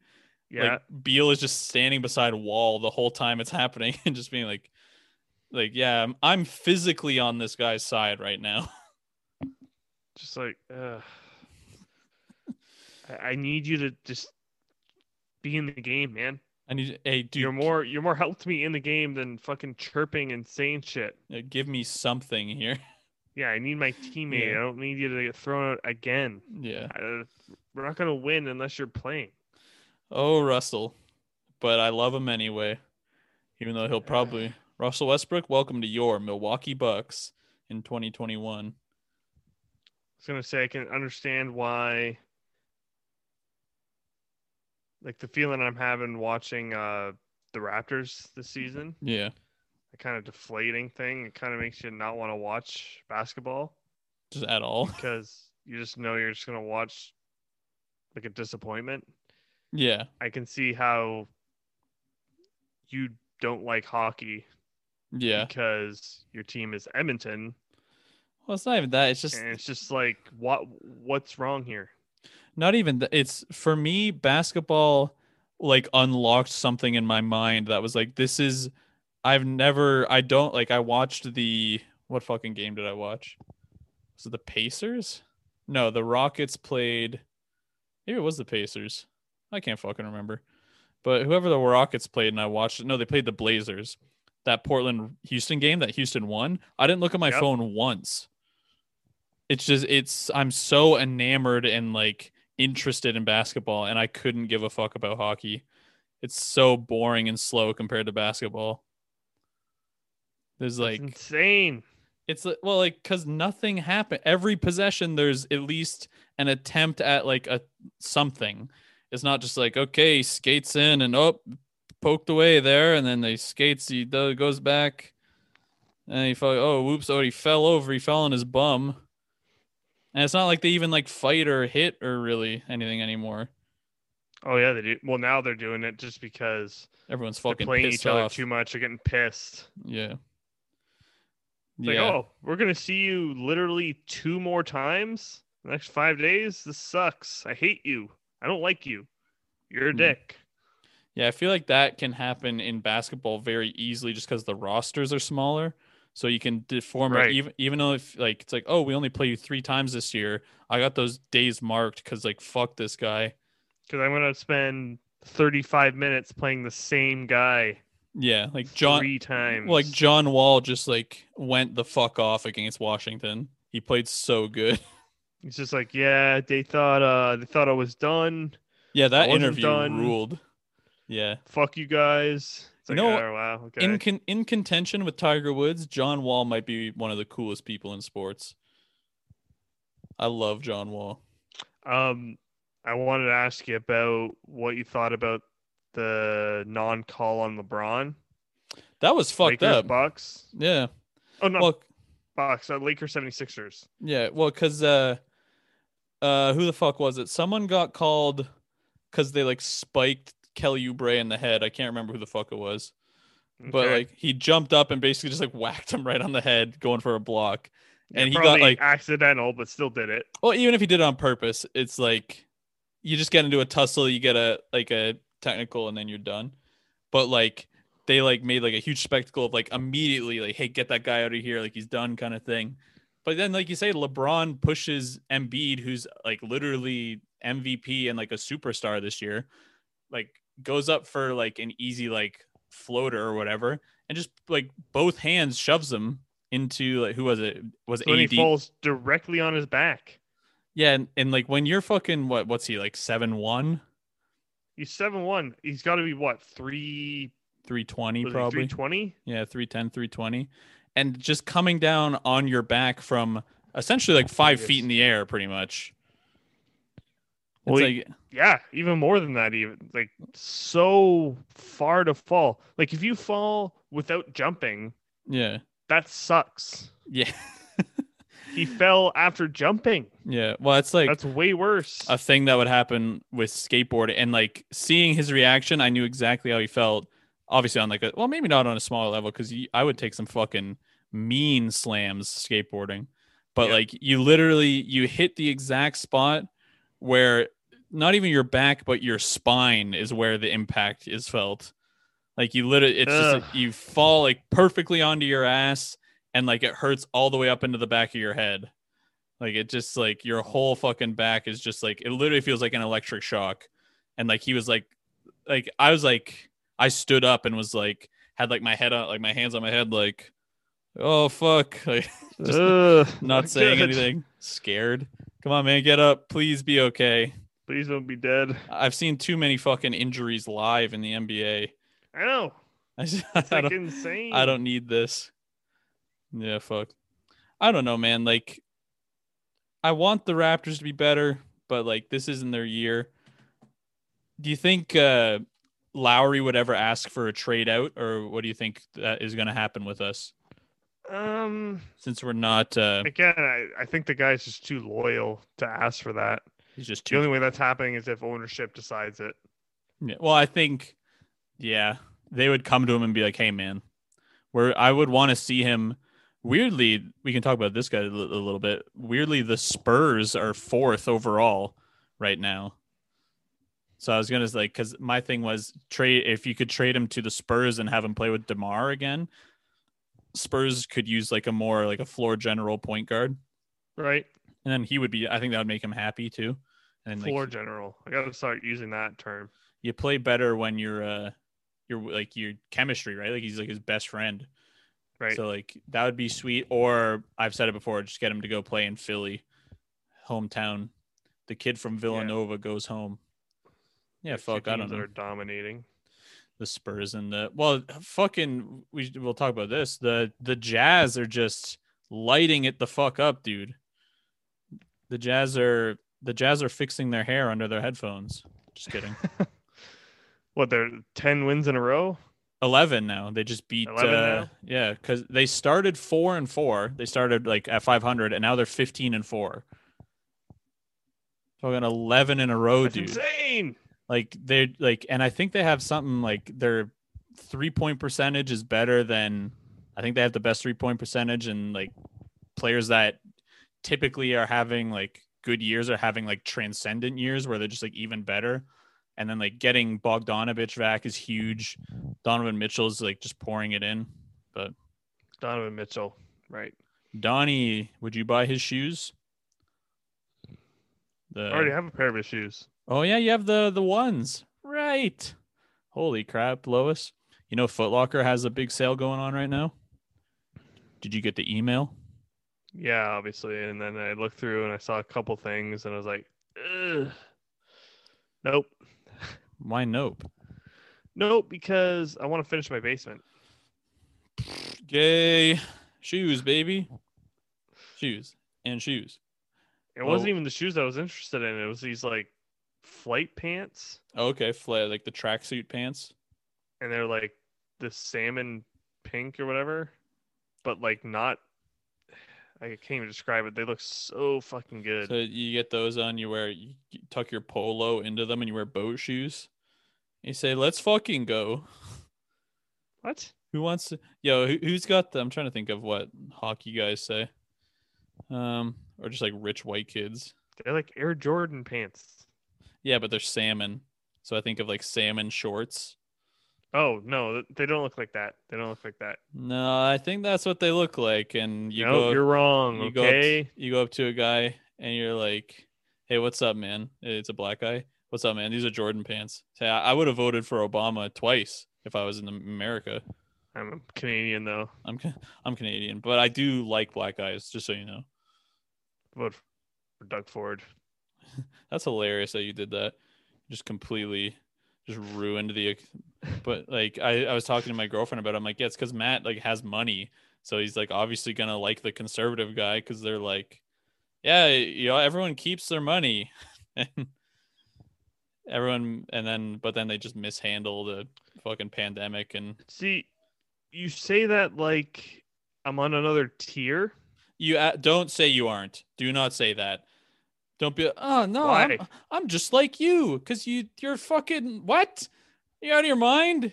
Speaker 2: Yeah.
Speaker 1: like Beal is just standing beside Wall the whole time it's happening and just being like like yeah, I'm, I'm physically on this guy's side right now.
Speaker 2: just like uh, I, I need you to just be in the game man
Speaker 1: I need hey dude
Speaker 2: you're more you're more help to me in the game than fucking chirping and saying shit
Speaker 1: uh, give me something here.
Speaker 2: yeah i need my teammate
Speaker 1: Yeah.
Speaker 2: i don't need you to get thrown out again
Speaker 1: yeah.
Speaker 2: I, we're not gonna win unless you're playing
Speaker 1: Oh, Russell. But I love him anyway. Even though he'll probably Russell Westbrook, welcome to your Milwaukee Bucks in 2021.
Speaker 2: i was gonna say i can understand why like the feeling i'm having watching uh the raptors this season
Speaker 1: Yeah.
Speaker 2: the kind of deflating thing it kind of makes you not want to watch basketball
Speaker 1: Just at all.
Speaker 2: because you just know you're just gonna watch like a disappointment.
Speaker 1: Yeah.
Speaker 2: I can see how you don't like hockey
Speaker 1: Yeah.
Speaker 2: because your team is Edmonton,
Speaker 1: Well, it's not even that. It's just
Speaker 2: and it's just like what what's wrong here?
Speaker 1: not even that. It's for me, basketball like unlocked something in my mind that was like, this is, I've never, I don't like, I watched the, what fucking game did I watch? Was it the Pacers? No, the Rockets played, maybe it was the Pacers. I can't fucking remember. But whoever the Rockets played and I watched it, no, they played the Blazers. That Portland Houston game that Houston won, I didn't look at my
Speaker 2: Yep.
Speaker 1: phone once. It's just, it's, I'm so enamored and like interested in basketball and I couldn't give a fuck about hockey. It's so boring and slow compared to basketball. There's
Speaker 2: That's
Speaker 1: like
Speaker 2: insane.
Speaker 1: it's li- well like because nothing happened every possession there's at least an attempt at like a something it's not just like okay skates in and up poked away there and then they skates he do- goes back and he fell oh whoops oh he fell over he fell on his bum and it's not like they even like fight or hit or really anything anymore
Speaker 2: Oh yeah, they do. Well, now they're doing it just because
Speaker 1: everyone's
Speaker 2: they're
Speaker 1: fucking
Speaker 2: playing
Speaker 1: pissed
Speaker 2: each other
Speaker 1: off.
Speaker 2: too much. They're getting pissed.
Speaker 1: yeah
Speaker 2: It's Like, oh, we're gonna see you literally two more times the next five days. This sucks. I hate you. I don't like you. You're a
Speaker 1: Hmm.
Speaker 2: dick.
Speaker 1: Yeah, I feel like that can happen in basketball very easily just because the rosters are smaller. So you can deform
Speaker 2: Right.
Speaker 1: it even even though if like it's like, oh, we only play you three times this year. I got those days marked because like fuck this guy.
Speaker 2: Because I'm gonna spend 35 minutes playing the same guy
Speaker 1: Yeah, like John
Speaker 2: three times.
Speaker 1: like John Wall just like went the fuck off against Washington. He played so good.
Speaker 2: it's just like, yeah, they thought uh they thought I was done.
Speaker 1: Yeah, that
Speaker 2: wasn't
Speaker 1: interview
Speaker 2: done.
Speaker 1: ruled. Yeah.
Speaker 2: Fuck you guys. It's
Speaker 1: You
Speaker 2: like,
Speaker 1: know,
Speaker 2: oh wow, okay.
Speaker 1: In con- in contention with Tiger Woods, John Wall might be one of the coolest people in sports. I love John Wall.
Speaker 2: Um, I wanted to ask you about what you thought about the non-call on LeBron.
Speaker 1: That was fucked
Speaker 2: Lakers,
Speaker 1: up.
Speaker 2: Bucks.
Speaker 1: Yeah.
Speaker 2: Oh no,
Speaker 1: Well,
Speaker 2: Bucks. Uh, Lakers 76ers.
Speaker 1: yeah. Well, because uh, uh, who the fuck was it? Someone got called because they like spiked Kelly Oubre in the head. I can't remember who the fuck it was, but
Speaker 2: Okay.
Speaker 1: like he jumped up and basically just like whacked him right on the head, going for a block.
Speaker 2: Yeah,
Speaker 1: and he got,
Speaker 2: probably
Speaker 1: like-
Speaker 2: accidental, but still did it.
Speaker 1: Well, even if he did it on purpose, it's like you just get into a tussle, you get a like a technical, and then you're done. But like they like made like a huge spectacle of like immediately like, hey, get that guy out of here, like he's done kind of thing. But then like you say, LeBron pushes Embiid, who's like literally MVP and like a superstar this year, like goes up for like an easy like floater or whatever, and just like both hands shoves him into like who was it? Was
Speaker 2: So then he
Speaker 1: AD?
Speaker 2: falls directly on his back.
Speaker 1: Yeah, and, and like when you're fucking what what's he like 7'1",
Speaker 2: He's seven one. He's got to be what three?
Speaker 1: 320
Speaker 2: Three
Speaker 1: probably.
Speaker 2: twenty.
Speaker 1: yeah, 310, 320. And just coming down on your back from essentially like 5
Speaker 2: Yes.
Speaker 1: feet in the air pretty much. It's
Speaker 2: Well,
Speaker 1: like
Speaker 2: Yeah, even more than that. Even like so far to fall. Like if you fall without jumping,
Speaker 1: yeah.
Speaker 2: that sucks.
Speaker 1: Yeah.
Speaker 2: He fell after jumping.
Speaker 1: yeah. Well, it's like uh,
Speaker 2: That's way worse.
Speaker 1: a thing that would happen with skateboard and like seeing his reaction i knew exactly how he felt obviously on like a well maybe not on a smaller level because i would take some fucking mean slams skateboarding but
Speaker 2: Yeah.
Speaker 1: like you literally you hit the exact spot where not even your back but your spine is where the impact is felt like you literally it's just like
Speaker 2: Ugh.
Speaker 1: you fall like perfectly onto your ass and like it hurts all the way up into the back of your head like it just like your whole fucking back is just like it literally feels like an electric shock. And like he was like like I was like I stood up and was like had like my head on like my hands on my head like oh fuck like just
Speaker 2: Ugh,
Speaker 1: not saying
Speaker 2: good.
Speaker 1: anything scared. Come on man, get up. Please be okay.
Speaker 2: Please don't be dead.
Speaker 1: I've seen too many fucking injuries live in the NBA.
Speaker 2: I know.
Speaker 1: I, just,
Speaker 2: It's
Speaker 1: I
Speaker 2: like
Speaker 1: don't-
Speaker 2: insane.
Speaker 1: I don't need this. Yeah, fuck. I don't know, man. Like, I want the Raptors to be better, but like, this isn't their year. Do you think uh, Lowry would ever ask for a trade out, or what do you think that is going to happen with us
Speaker 2: Um.
Speaker 1: since we're not? Uh,
Speaker 2: Again, I, I think the guy's just too loyal to ask for that.
Speaker 1: he's just
Speaker 2: The
Speaker 1: too.
Speaker 2: only way that's happening is if ownership decides it.
Speaker 1: Yeah, well, I think, yeah, they would come to him and be like, "Hey, man, where I would want to see him." Weirdly, we can talk about this guy a li- a little bit. Weirdly, the Spurs are fourth overall right now. So I was gonna like, because my thing was trade if you could trade him to the Spurs and have him play with Demar again. Spurs could use like a more like a floor general point guard,
Speaker 2: Right?
Speaker 1: and then he would be. I think that would make him happy too. And like,
Speaker 2: Floor general. I gotta start using that term.
Speaker 1: you play better when you're uh you're like your chemistry right like he's like his best friend
Speaker 2: Right.
Speaker 1: so like that would be sweet or i've said it before just get him to go play in philly hometown the kid from villanova goes home yeah
Speaker 2: Like, two
Speaker 1: fuck i don't
Speaker 2: teams that
Speaker 1: know
Speaker 2: Are dominating.
Speaker 1: the Spurs and the well, fucking we we'll talk about this. The the Jazz are just lighting it the fuck up, dude. The Jazz are the Jazz are fixing their hair under their headphones. Just kidding.
Speaker 2: What they're ten wins in a row?
Speaker 1: 11 now. They just beat
Speaker 2: 11
Speaker 1: uh,
Speaker 2: now?
Speaker 1: yeah, cuz they started 4 and 4. They started like at 500 and now they're 15 and 4. Fucking 11 in a row,
Speaker 2: That's
Speaker 1: Oh, dude.
Speaker 2: insane.
Speaker 1: Like they're like and I think they have something like their three-point percentage is better than I think they have the best three-point percentage and like players that typically are having like good years are having like transcendent years where they're just like even better. And then like getting Bogdanovich back is huge. Donovan Mitchell's like just pouring it in. But
Speaker 2: Donovan Mitchell. Right.
Speaker 1: Donnie, would you buy his shoes?
Speaker 2: I already
Speaker 1: The
Speaker 2: have a pair of his shoes.
Speaker 1: oh yeah, you have the the ones right. Holy crap, Lois! You know Foot Locker has a big sale going on right now. Did you get the email?
Speaker 2: Yeah, obviously. And then I looked through and I saw a couple things and I was like, Ugh. Nope.
Speaker 1: Why nope?
Speaker 2: Nope, because I want to finish my basement.
Speaker 1: Gay shoes, baby. Shoes and shoes.
Speaker 2: It wasn't
Speaker 1: Oh.
Speaker 2: even the shoes I was interested in. It was these like flight pants
Speaker 1: Okay, flair like the tracksuit pants.
Speaker 2: and they're like the salmon pink or whatever, but like not. I can't even describe it. They look so fucking good.
Speaker 1: So you get those on, you wear, you tuck your polo into them, and you wear boat shoes. You say, "Let's fucking go."
Speaker 2: what?
Speaker 1: Who wants to? Yo, who, who's got the? I'm trying to think of what hockey guys say, um, or just like rich white kids.
Speaker 2: They're like Air Jordan pants.
Speaker 1: Yeah, but they're salmon, so I think of like salmon shorts.
Speaker 2: Oh no, th- they don't look like that. They don't look like that.
Speaker 1: No, I think that's what they look like, and you
Speaker 2: no,
Speaker 1: go.
Speaker 2: you're wrong.
Speaker 1: you go up,
Speaker 2: okay.
Speaker 1: you go up to a guy and you're like, "Hey, what's up, man?" It's a black guy. "What's up, man? These are Jordan pants." Say, I, I would have voted for Obama twice if I was in America.
Speaker 2: I'm a Canadian though.
Speaker 1: I'm Ca- I'm Canadian, but I do like black guys. Just so you know,
Speaker 2: Vote for Doug Ford.
Speaker 1: that's hilarious that you did that. Just completely, just ruined the. But like, I I was talking to my girlfriend about. It. I'm like, yeah, it's because Matt like has money, so he's like obviously gonna like the conservative guy because they're like, yeah, you know, everyone keeps their money, and everyone, and then but then they just mishandle the fucking pandemic and
Speaker 2: See, you say that like I'm on another tier.
Speaker 1: You a don't say you aren't. Do not say that. Don't be. Oh no, I'm,
Speaker 2: Why?
Speaker 1: I'm just like you because you you're fucking what? You out of your mind?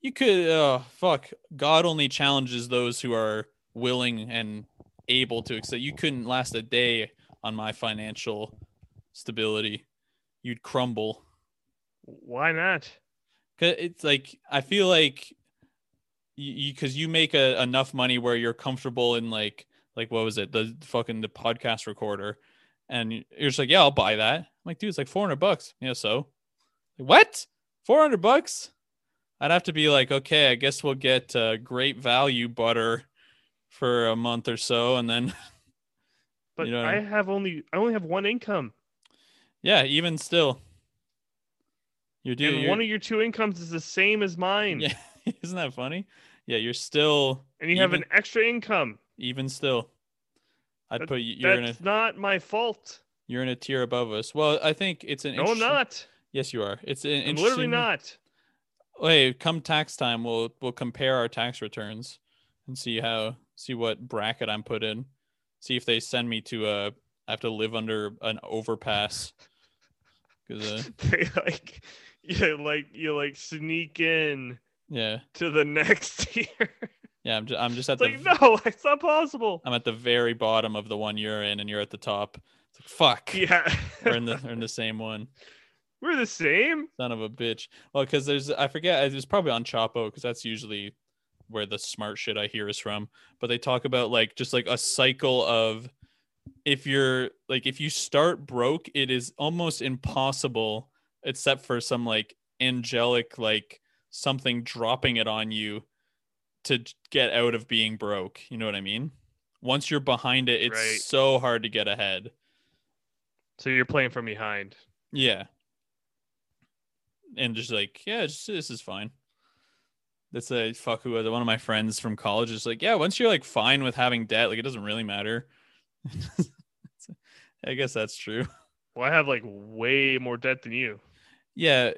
Speaker 1: You could. Oh fuck. God only challenges those who are willing and able to accept. You couldn't last a day on my financial stability. You'd crumble.
Speaker 2: Why not?
Speaker 1: Cause it's like I feel like you because you make a, enough money where you're comfortable in like like what was it the fucking the podcast recorder, and you're just like yeah I'll buy that. I'm like dude it's like four hundred bucks. Yeah so, like, what four hundred bucks? I'd have to be like okay I guess we'll get uh, great value butter for a month or so and then
Speaker 2: But
Speaker 1: You know what I
Speaker 2: I have only I only have one income,
Speaker 1: yeah even still you're doing
Speaker 2: and
Speaker 1: you're-
Speaker 2: one of your two incomes is the same as mine,
Speaker 1: yeah isn't that funny yeah you're still
Speaker 2: and you have
Speaker 1: even-
Speaker 2: an extra income.
Speaker 1: even still i'd
Speaker 2: That-
Speaker 1: put you you're in a
Speaker 2: That's not my fault.
Speaker 1: you're in a tier above us well i think it's an
Speaker 2: No, I'm
Speaker 1: interesting-
Speaker 2: not.
Speaker 1: yes you are it's an
Speaker 2: I'm
Speaker 1: interesting
Speaker 2: literally not.
Speaker 1: hey come tax time we'll we'll compare our tax returns and see how see what bracket i'm put in see if they send me to a i have to live under an overpass 'Cause, uh,
Speaker 2: they like you like you like sneak in
Speaker 1: yeah
Speaker 2: to the next tier.
Speaker 1: yeah i'm just i'm just at
Speaker 2: it's
Speaker 1: the
Speaker 2: like no, it's not possible.
Speaker 1: i'm at the very bottom of the one you're in and you're at the top it's like fuck
Speaker 2: yeah,
Speaker 1: we're in the we're in the same one
Speaker 2: we're the same.
Speaker 1: Son of a bitch. Well, because there's I forget it was probably on Chapo because that's usually where the smart shit I hear is from. But they talk about like just like a cycle of if you're like if you start broke, it is almost impossible except for some like angelic like something dropping it on you to j- get out of being broke. You know what I mean? Once you're behind it, it's
Speaker 2: Right.
Speaker 1: so hard to get ahead.
Speaker 2: So you're playing from behind.
Speaker 1: Yeah. and just like, yeah, it's, this is fine. That's a fuck who one of my friends from college is like, yeah, once you're like fine with having debt, like it doesn't really matter. I guess that's true.
Speaker 2: Well, I have like way more debt than you.
Speaker 1: Yeah.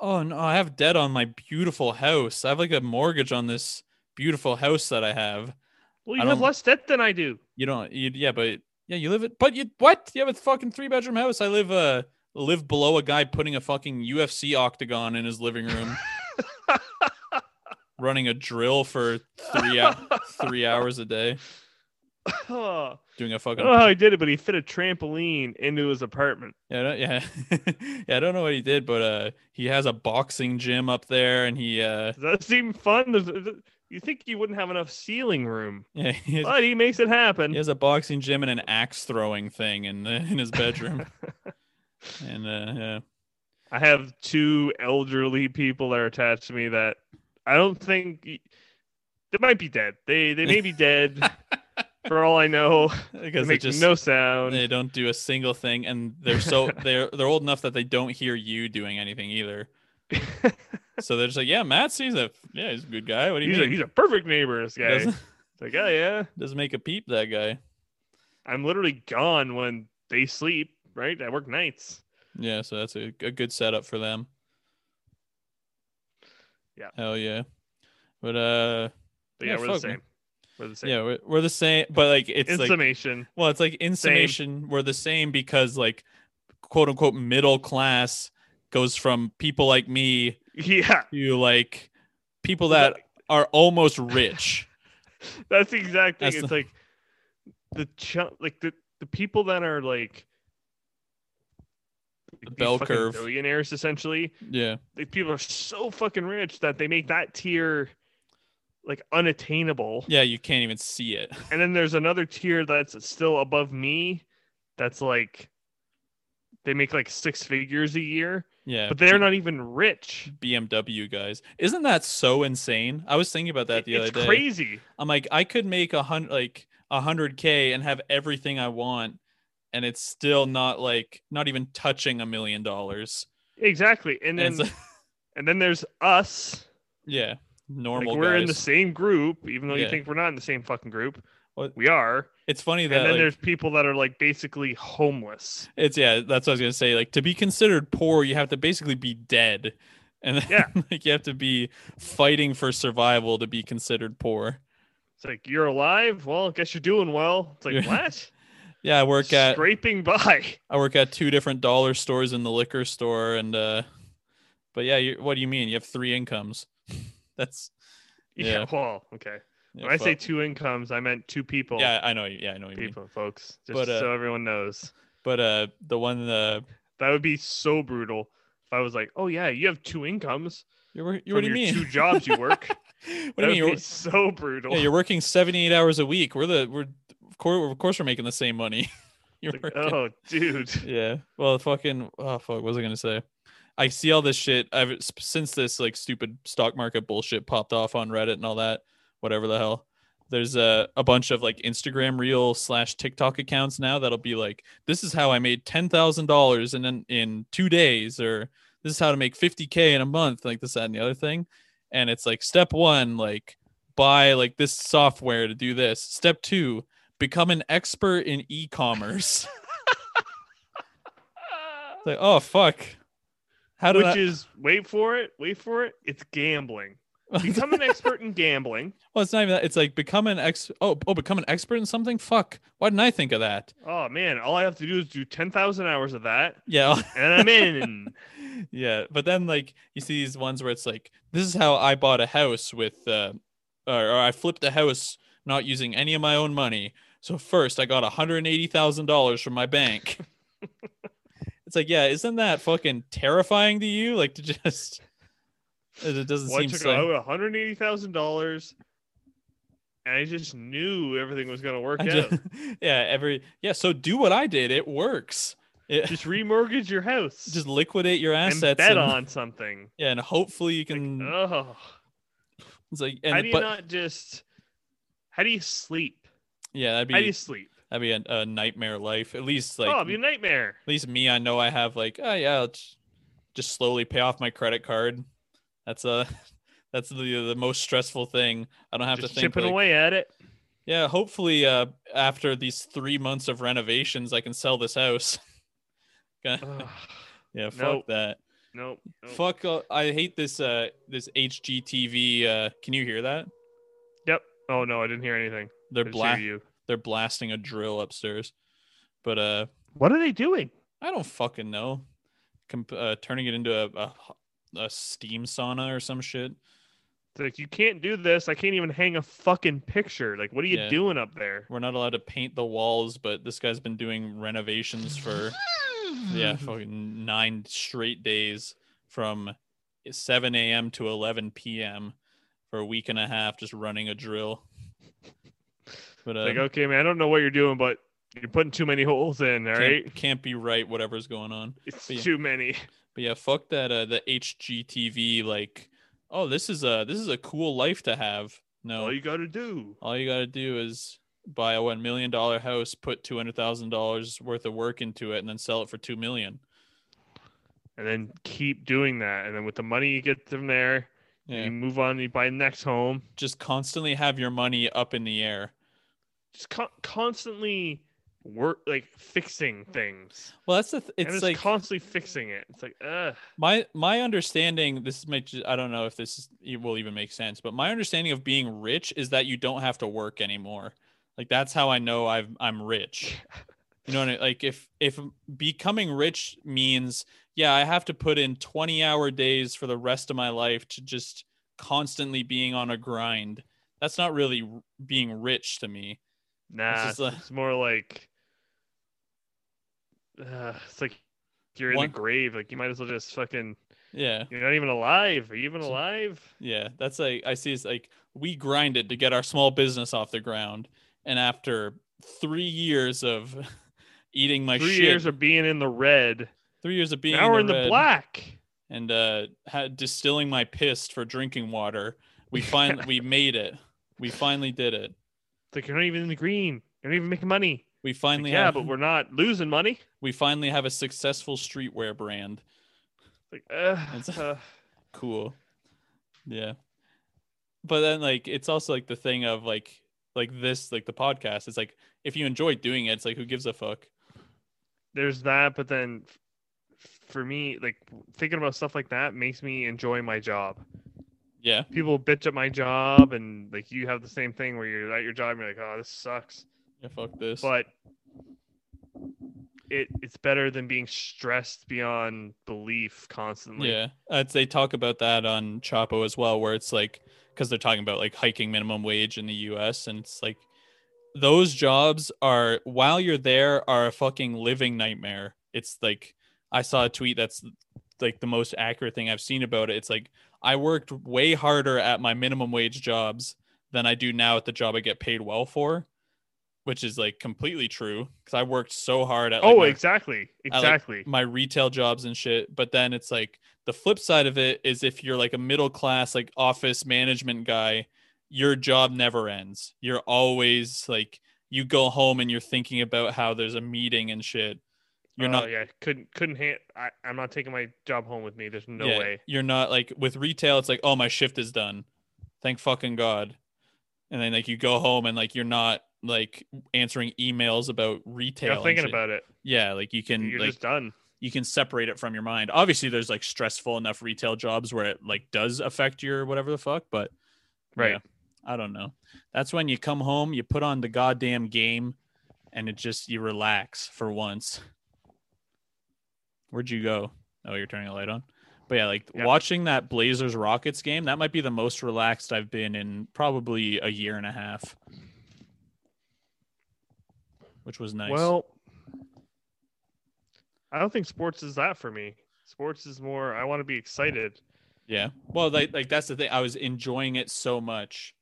Speaker 1: Oh no, I have debt on my beautiful house. I have like a mortgage on this beautiful house that I have.
Speaker 2: Well,
Speaker 1: I
Speaker 2: you have
Speaker 1: don't-
Speaker 2: less debt than I do.
Speaker 1: You don't. You yeah, but yeah, you live it. But you what? You have a fucking three bedroom house. I live uh live below a guy putting a fucking UFC octagon in his living room, running a drill for three hou- three hours a day,
Speaker 2: oh,
Speaker 1: doing a fucking
Speaker 2: I did it, but he fit a trampoline into his apartment.
Speaker 1: yeah I don't- yeah yeah. I don't know what he did, but uh, he has a boxing gym up there, and he uh
Speaker 2: Does that seem fun? Does- does- You think you wouldn't have enough ceiling room,
Speaker 1: yeah he has,
Speaker 2: but he makes it happen.
Speaker 1: he has a boxing gym and an axe throwing thing in the, in his bedroom, and uh yeah.
Speaker 2: I have two elderly people that are attached to me that I don't think they might be dead. They they may be dead for all I know. They
Speaker 1: Because it
Speaker 2: make
Speaker 1: just
Speaker 2: no sound.
Speaker 1: they don't do a single thing and they're so they're they're old enough that they don't hear you doing anything either so they're just like yeah matt sees a yeah he's a good guy what do you
Speaker 2: he's, a,
Speaker 1: mean
Speaker 2: he's a perfect neighbor. This guy.
Speaker 1: doesn't,
Speaker 2: It's like oh yeah,
Speaker 1: doesn't make a peep that guy
Speaker 2: I'm literally gone when they sleep. Right, I work nights.
Speaker 1: yeah so that's a, a good setup for them
Speaker 2: Yeah.
Speaker 1: hell yeah but uh
Speaker 2: But yeah,
Speaker 1: Yeah,
Speaker 2: we're the
Speaker 1: fuck, man.
Speaker 2: same. We're the same.
Speaker 1: yeah we're, we're the same but like it's
Speaker 2: In
Speaker 1: like
Speaker 2: summation,
Speaker 1: Well, it's like in
Speaker 2: Same.
Speaker 1: summation, we're the same because like quote unquote middle class goes from people like me
Speaker 2: yeah,
Speaker 1: to like people
Speaker 2: Well,
Speaker 1: that are almost rich.
Speaker 2: that's the exact thing.
Speaker 1: That's
Speaker 2: it's like the chunk, like the the people that are like these
Speaker 1: bell
Speaker 2: fucking
Speaker 1: curve.
Speaker 2: billionaires essentially.
Speaker 1: yeah.
Speaker 2: Like people are so fucking rich that they make that tier like unattainable.
Speaker 1: Yeah, you can't even see it.
Speaker 2: And then there's another tier that's still above me that's like they make like six figures a year,
Speaker 1: Yeah.
Speaker 2: but they're not even rich.
Speaker 1: BMW guys. Isn't that so insane? I was thinking about that the
Speaker 2: It-
Speaker 1: other
Speaker 2: it's
Speaker 1: day.
Speaker 2: crazy.
Speaker 1: I'm like, I could make a hundred like a hundred K and have everything I want, and it's still not like not even touching a million dollars.
Speaker 2: Exactly. And
Speaker 1: And
Speaker 2: then
Speaker 1: it's-
Speaker 2: and then there's us.
Speaker 1: yeah.
Speaker 2: Like
Speaker 1: Normal
Speaker 2: we're
Speaker 1: guys.
Speaker 2: in the same group, even though
Speaker 1: Yeah.
Speaker 2: you think we're not in the same fucking group.
Speaker 1: What-
Speaker 2: We are.
Speaker 1: It's funny
Speaker 2: And
Speaker 1: that
Speaker 2: then
Speaker 1: like,
Speaker 2: there's people that are like basically homeless.
Speaker 1: it's yeah, that's what I was gonna say. Like to be considered poor, you have to basically be dead, and then,
Speaker 2: Yeah.
Speaker 1: like you have to be fighting for survival to be considered poor.
Speaker 2: It's like you're alive. Well, I guess you're doing well. It's like
Speaker 1: Yeah.
Speaker 2: what?
Speaker 1: Yeah, I work at
Speaker 2: Scraping by.
Speaker 1: I work at two different dollar stores in the liquor store, and uh, but yeah, you, what do you mean? You have three incomes. That's
Speaker 2: Yeah.
Speaker 1: Yeah.
Speaker 2: Well, okay.
Speaker 1: yeah,
Speaker 2: when I say
Speaker 1: fuck.
Speaker 2: two incomes, I meant two people.
Speaker 1: yeah, I know, yeah, I know what you mean.
Speaker 2: People, folks. Just
Speaker 1: But, uh,
Speaker 2: so everyone knows,
Speaker 1: But uh, the one uh,
Speaker 2: that would be so brutal if I was like, "Oh yeah, you have two incomes
Speaker 1: you wor- you
Speaker 2: from
Speaker 1: what do you mean?
Speaker 2: your two jobs you work."
Speaker 1: what do you
Speaker 2: that
Speaker 1: mean?
Speaker 2: would
Speaker 1: You're-
Speaker 2: be so brutal.
Speaker 1: Yeah, you're working 78 hours a week. We're the we're of course, of course we're making the same money. you're
Speaker 2: It's like,
Speaker 1: working.
Speaker 2: oh, dude.
Speaker 1: Yeah. Well, fucking oh fuck, what was I gonna say? I see all this shit. I've s- since this like stupid stock market bullshit popped off on Reddit and all that, whatever the hell. There's a a bunch of like Instagram reel slash TikTok accounts now that'll be like, this is how I made ten thousand dollars in an- in two days, or this is how to make fifty k in a month, like this that and the other thing. And it's like step one, like buy like this software to do this. Step two, become an expert in e-commerce.
Speaker 2: Ah.
Speaker 1: It's like, oh fuck. How did
Speaker 2: Which
Speaker 1: I...
Speaker 2: is wait for it, wait for it. It's gambling. Become an expert in gambling.
Speaker 1: well, it's not even that. It's like become an ex. Oh, oh, become an expert in something. Fuck. Why didn't I think of that?
Speaker 2: Oh man, all I have to do is do ten thousand hours of that,
Speaker 1: Yeah,
Speaker 2: and I'm in.
Speaker 1: yeah. But then like you see these ones where it's like, this is how I bought a house with, uh, or, or I flipped a house not using any of my own money. So first, I got one hundred eighty thousand dollars from my bank. it's like, yeah, isn't that fucking terrifying to you? Like to just. It doesn't
Speaker 2: Well, I
Speaker 1: seem
Speaker 2: took
Speaker 1: so.
Speaker 2: out one hundred eighty thousand dollars, and I just knew everything was gonna work
Speaker 1: I
Speaker 2: out.
Speaker 1: just- yeah, every yeah. So do what I did. It works. It,
Speaker 2: Just remortgage your house.
Speaker 1: just liquidate your
Speaker 2: and
Speaker 1: assets
Speaker 2: bet
Speaker 1: and-
Speaker 2: on something.
Speaker 1: Yeah, and hopefully you can.
Speaker 2: Oh,
Speaker 1: it's like
Speaker 2: how
Speaker 1: and
Speaker 2: do you
Speaker 1: but
Speaker 2: not just? How do you sleep?
Speaker 1: yeah, that'd
Speaker 2: How do you Oh,
Speaker 1: be
Speaker 2: sleep?
Speaker 1: that'd be a, a nightmare life. At least like
Speaker 2: oh, it'd be a nightmare.
Speaker 1: at least me, I know I have like oh yeah, I'll ch- just slowly pay off my credit card. That's a that's the the most stressful thing. I don't have
Speaker 2: Just
Speaker 1: to think
Speaker 2: chipping
Speaker 1: like,
Speaker 2: away at it.
Speaker 1: yeah, hopefully uh after these 3 months of renovations I can sell this house.
Speaker 2: Ugh.
Speaker 1: yeah, fuck
Speaker 2: Nope.
Speaker 1: that.
Speaker 2: nope. nope.
Speaker 1: Fuck uh, I hate this uh this HGTV uh can you hear that?
Speaker 2: Yep. Oh no, I didn't hear anything.
Speaker 1: They're
Speaker 2: I just hear
Speaker 1: black
Speaker 2: you.
Speaker 1: they're blasting a drill upstairs. But uh
Speaker 2: What are they doing?
Speaker 1: I don't fucking know. Comp- uh, turning it into a, a a steam sauna or some shit.
Speaker 2: It's like you can't do this. I can't even hang a fucking picture. Like, what are you
Speaker 1: Yeah.
Speaker 2: doing up there?
Speaker 1: We're not allowed to paint the walls, but this guy's been doing renovations for yeah, fucking nine straight days from 7 a.m. to 11 p.m. for a week and a half, just running a drill. But uh,
Speaker 2: Like, okay, man, I don't know what you're doing, but you're putting too many holes in. All
Speaker 1: can't,
Speaker 2: right,
Speaker 1: can't be right. Whatever's going on.
Speaker 2: it's
Speaker 1: yeah.
Speaker 2: too many.
Speaker 1: But yeah, fuck that uh the HGTV like oh this is a this is a cool life to have. No.
Speaker 2: All you gotta do.
Speaker 1: All you got to do is buy a one million dollar house, put two hundred thousand dollars worth of work into it, and then sell it for two million.
Speaker 2: and then keep doing that. And then with the money you get from there,
Speaker 1: Yeah,
Speaker 2: you move on. You buy the next home.
Speaker 1: just constantly have your money up in the air.
Speaker 2: Just con- constantly work, like fixing things.
Speaker 1: Well, that's the th-
Speaker 2: And
Speaker 1: it's like
Speaker 2: constantly fixing it. It's like, ugh. my
Speaker 1: my my understanding. This might ju- I don't know if this is, it will even make sense, but my understanding of being rich is that you don't have to work anymore. Like that's how I know I've I'm rich. You know what I Like if if becoming rich means yeah, I have to put in 20 hour days for the rest of my life to just constantly being on a grind. That's not really r- being rich to me.
Speaker 2: nah.
Speaker 1: is, uh,
Speaker 2: It's more like, uh, it's like you're in
Speaker 1: One-
Speaker 2: the grave. Like you might as well just fucking.
Speaker 1: Yeah.
Speaker 2: You're not even alive. Are you even
Speaker 1: So-
Speaker 2: alive?
Speaker 1: Yeah. That's like I see it's like we grinded to get our small business off the ground and after 3 years of eating my
Speaker 2: Three
Speaker 1: shit,
Speaker 2: years of being in the red.
Speaker 1: 3 years of being
Speaker 2: now we're in the
Speaker 1: red
Speaker 2: black.
Speaker 1: and uh had distilling my piss for drinking water, we finally we made it. We finally did it.
Speaker 2: It's like you're not even in the green. You're not even making money.
Speaker 1: We
Speaker 2: Like,
Speaker 1: finally
Speaker 2: yeah,
Speaker 1: have
Speaker 2: but we're not losing money.
Speaker 1: we finally have a successful streetwear brand.
Speaker 2: Like, uh,
Speaker 1: It's-
Speaker 2: uh,
Speaker 1: Cool. Yeah. But then like it's also like the thing of like like this like the podcast it's like if you enjoy doing it it's like who gives a fuck
Speaker 2: there's that, but then f- for me, like thinking about stuff like that makes me enjoy my job.
Speaker 1: yeah
Speaker 2: People bitch at my job, and like you have the same thing where you're at your job and you're like, oh, this sucks.
Speaker 1: yeah fuck this
Speaker 2: But it it's better than being stressed beyond belief constantly.
Speaker 1: yeah I'd say talk about that on chapo as well where it's like because they're talking about like hiking minimum wage in the us and it's like those jobs are while you're there are a fucking living nightmare it's like i saw a tweet that's like the most accurate thing i've seen about it it's like i worked way harder at my minimum wage jobs than i do now at the job i get paid well for which is like completely true because i worked so hard at like,
Speaker 2: oh,
Speaker 1: my-
Speaker 2: exactly,
Speaker 1: I like-
Speaker 2: exactly.
Speaker 1: my retail jobs and shit. But then it's like the flip side of it is if you're like a middle class, like office management guy, your job never ends. You're always like, you go home and you're thinking about how there's a meeting and shit. You're
Speaker 2: Oh,
Speaker 1: not,
Speaker 2: Yeah, couldn't couldn't. Ha- I I'm not taking my job home with me. There's no
Speaker 1: yeah,
Speaker 2: way.
Speaker 1: You're not like with retail, it's like, oh, my shift is done. Thank fucking God. And then like you go home and like you're not like answering emails about retail.
Speaker 2: You're
Speaker 1: and
Speaker 2: not thinking
Speaker 1: shit.
Speaker 2: about it.
Speaker 1: yeah, like you can
Speaker 2: You're
Speaker 1: like
Speaker 2: just done.
Speaker 1: you can separate it from your mind. Obviously, there's like stressful enough retail jobs where it like does affect your whatever the fuck, but
Speaker 2: Right.
Speaker 1: yeah, I don't know. That's when you come home, you put on the goddamn game, and it just you relax for once. Where'd you go? Oh, you're turning the light on. But yeah, like
Speaker 2: Yeah.
Speaker 1: watching that Blazers Rockets game, that might be the most relaxed I've been in probably a year and a half. Which was nice.
Speaker 2: Well, I don't think sports is that for me. Sports is more I want to be excited.
Speaker 1: Yeah. Well, like, like that's the thing. I was enjoying it so much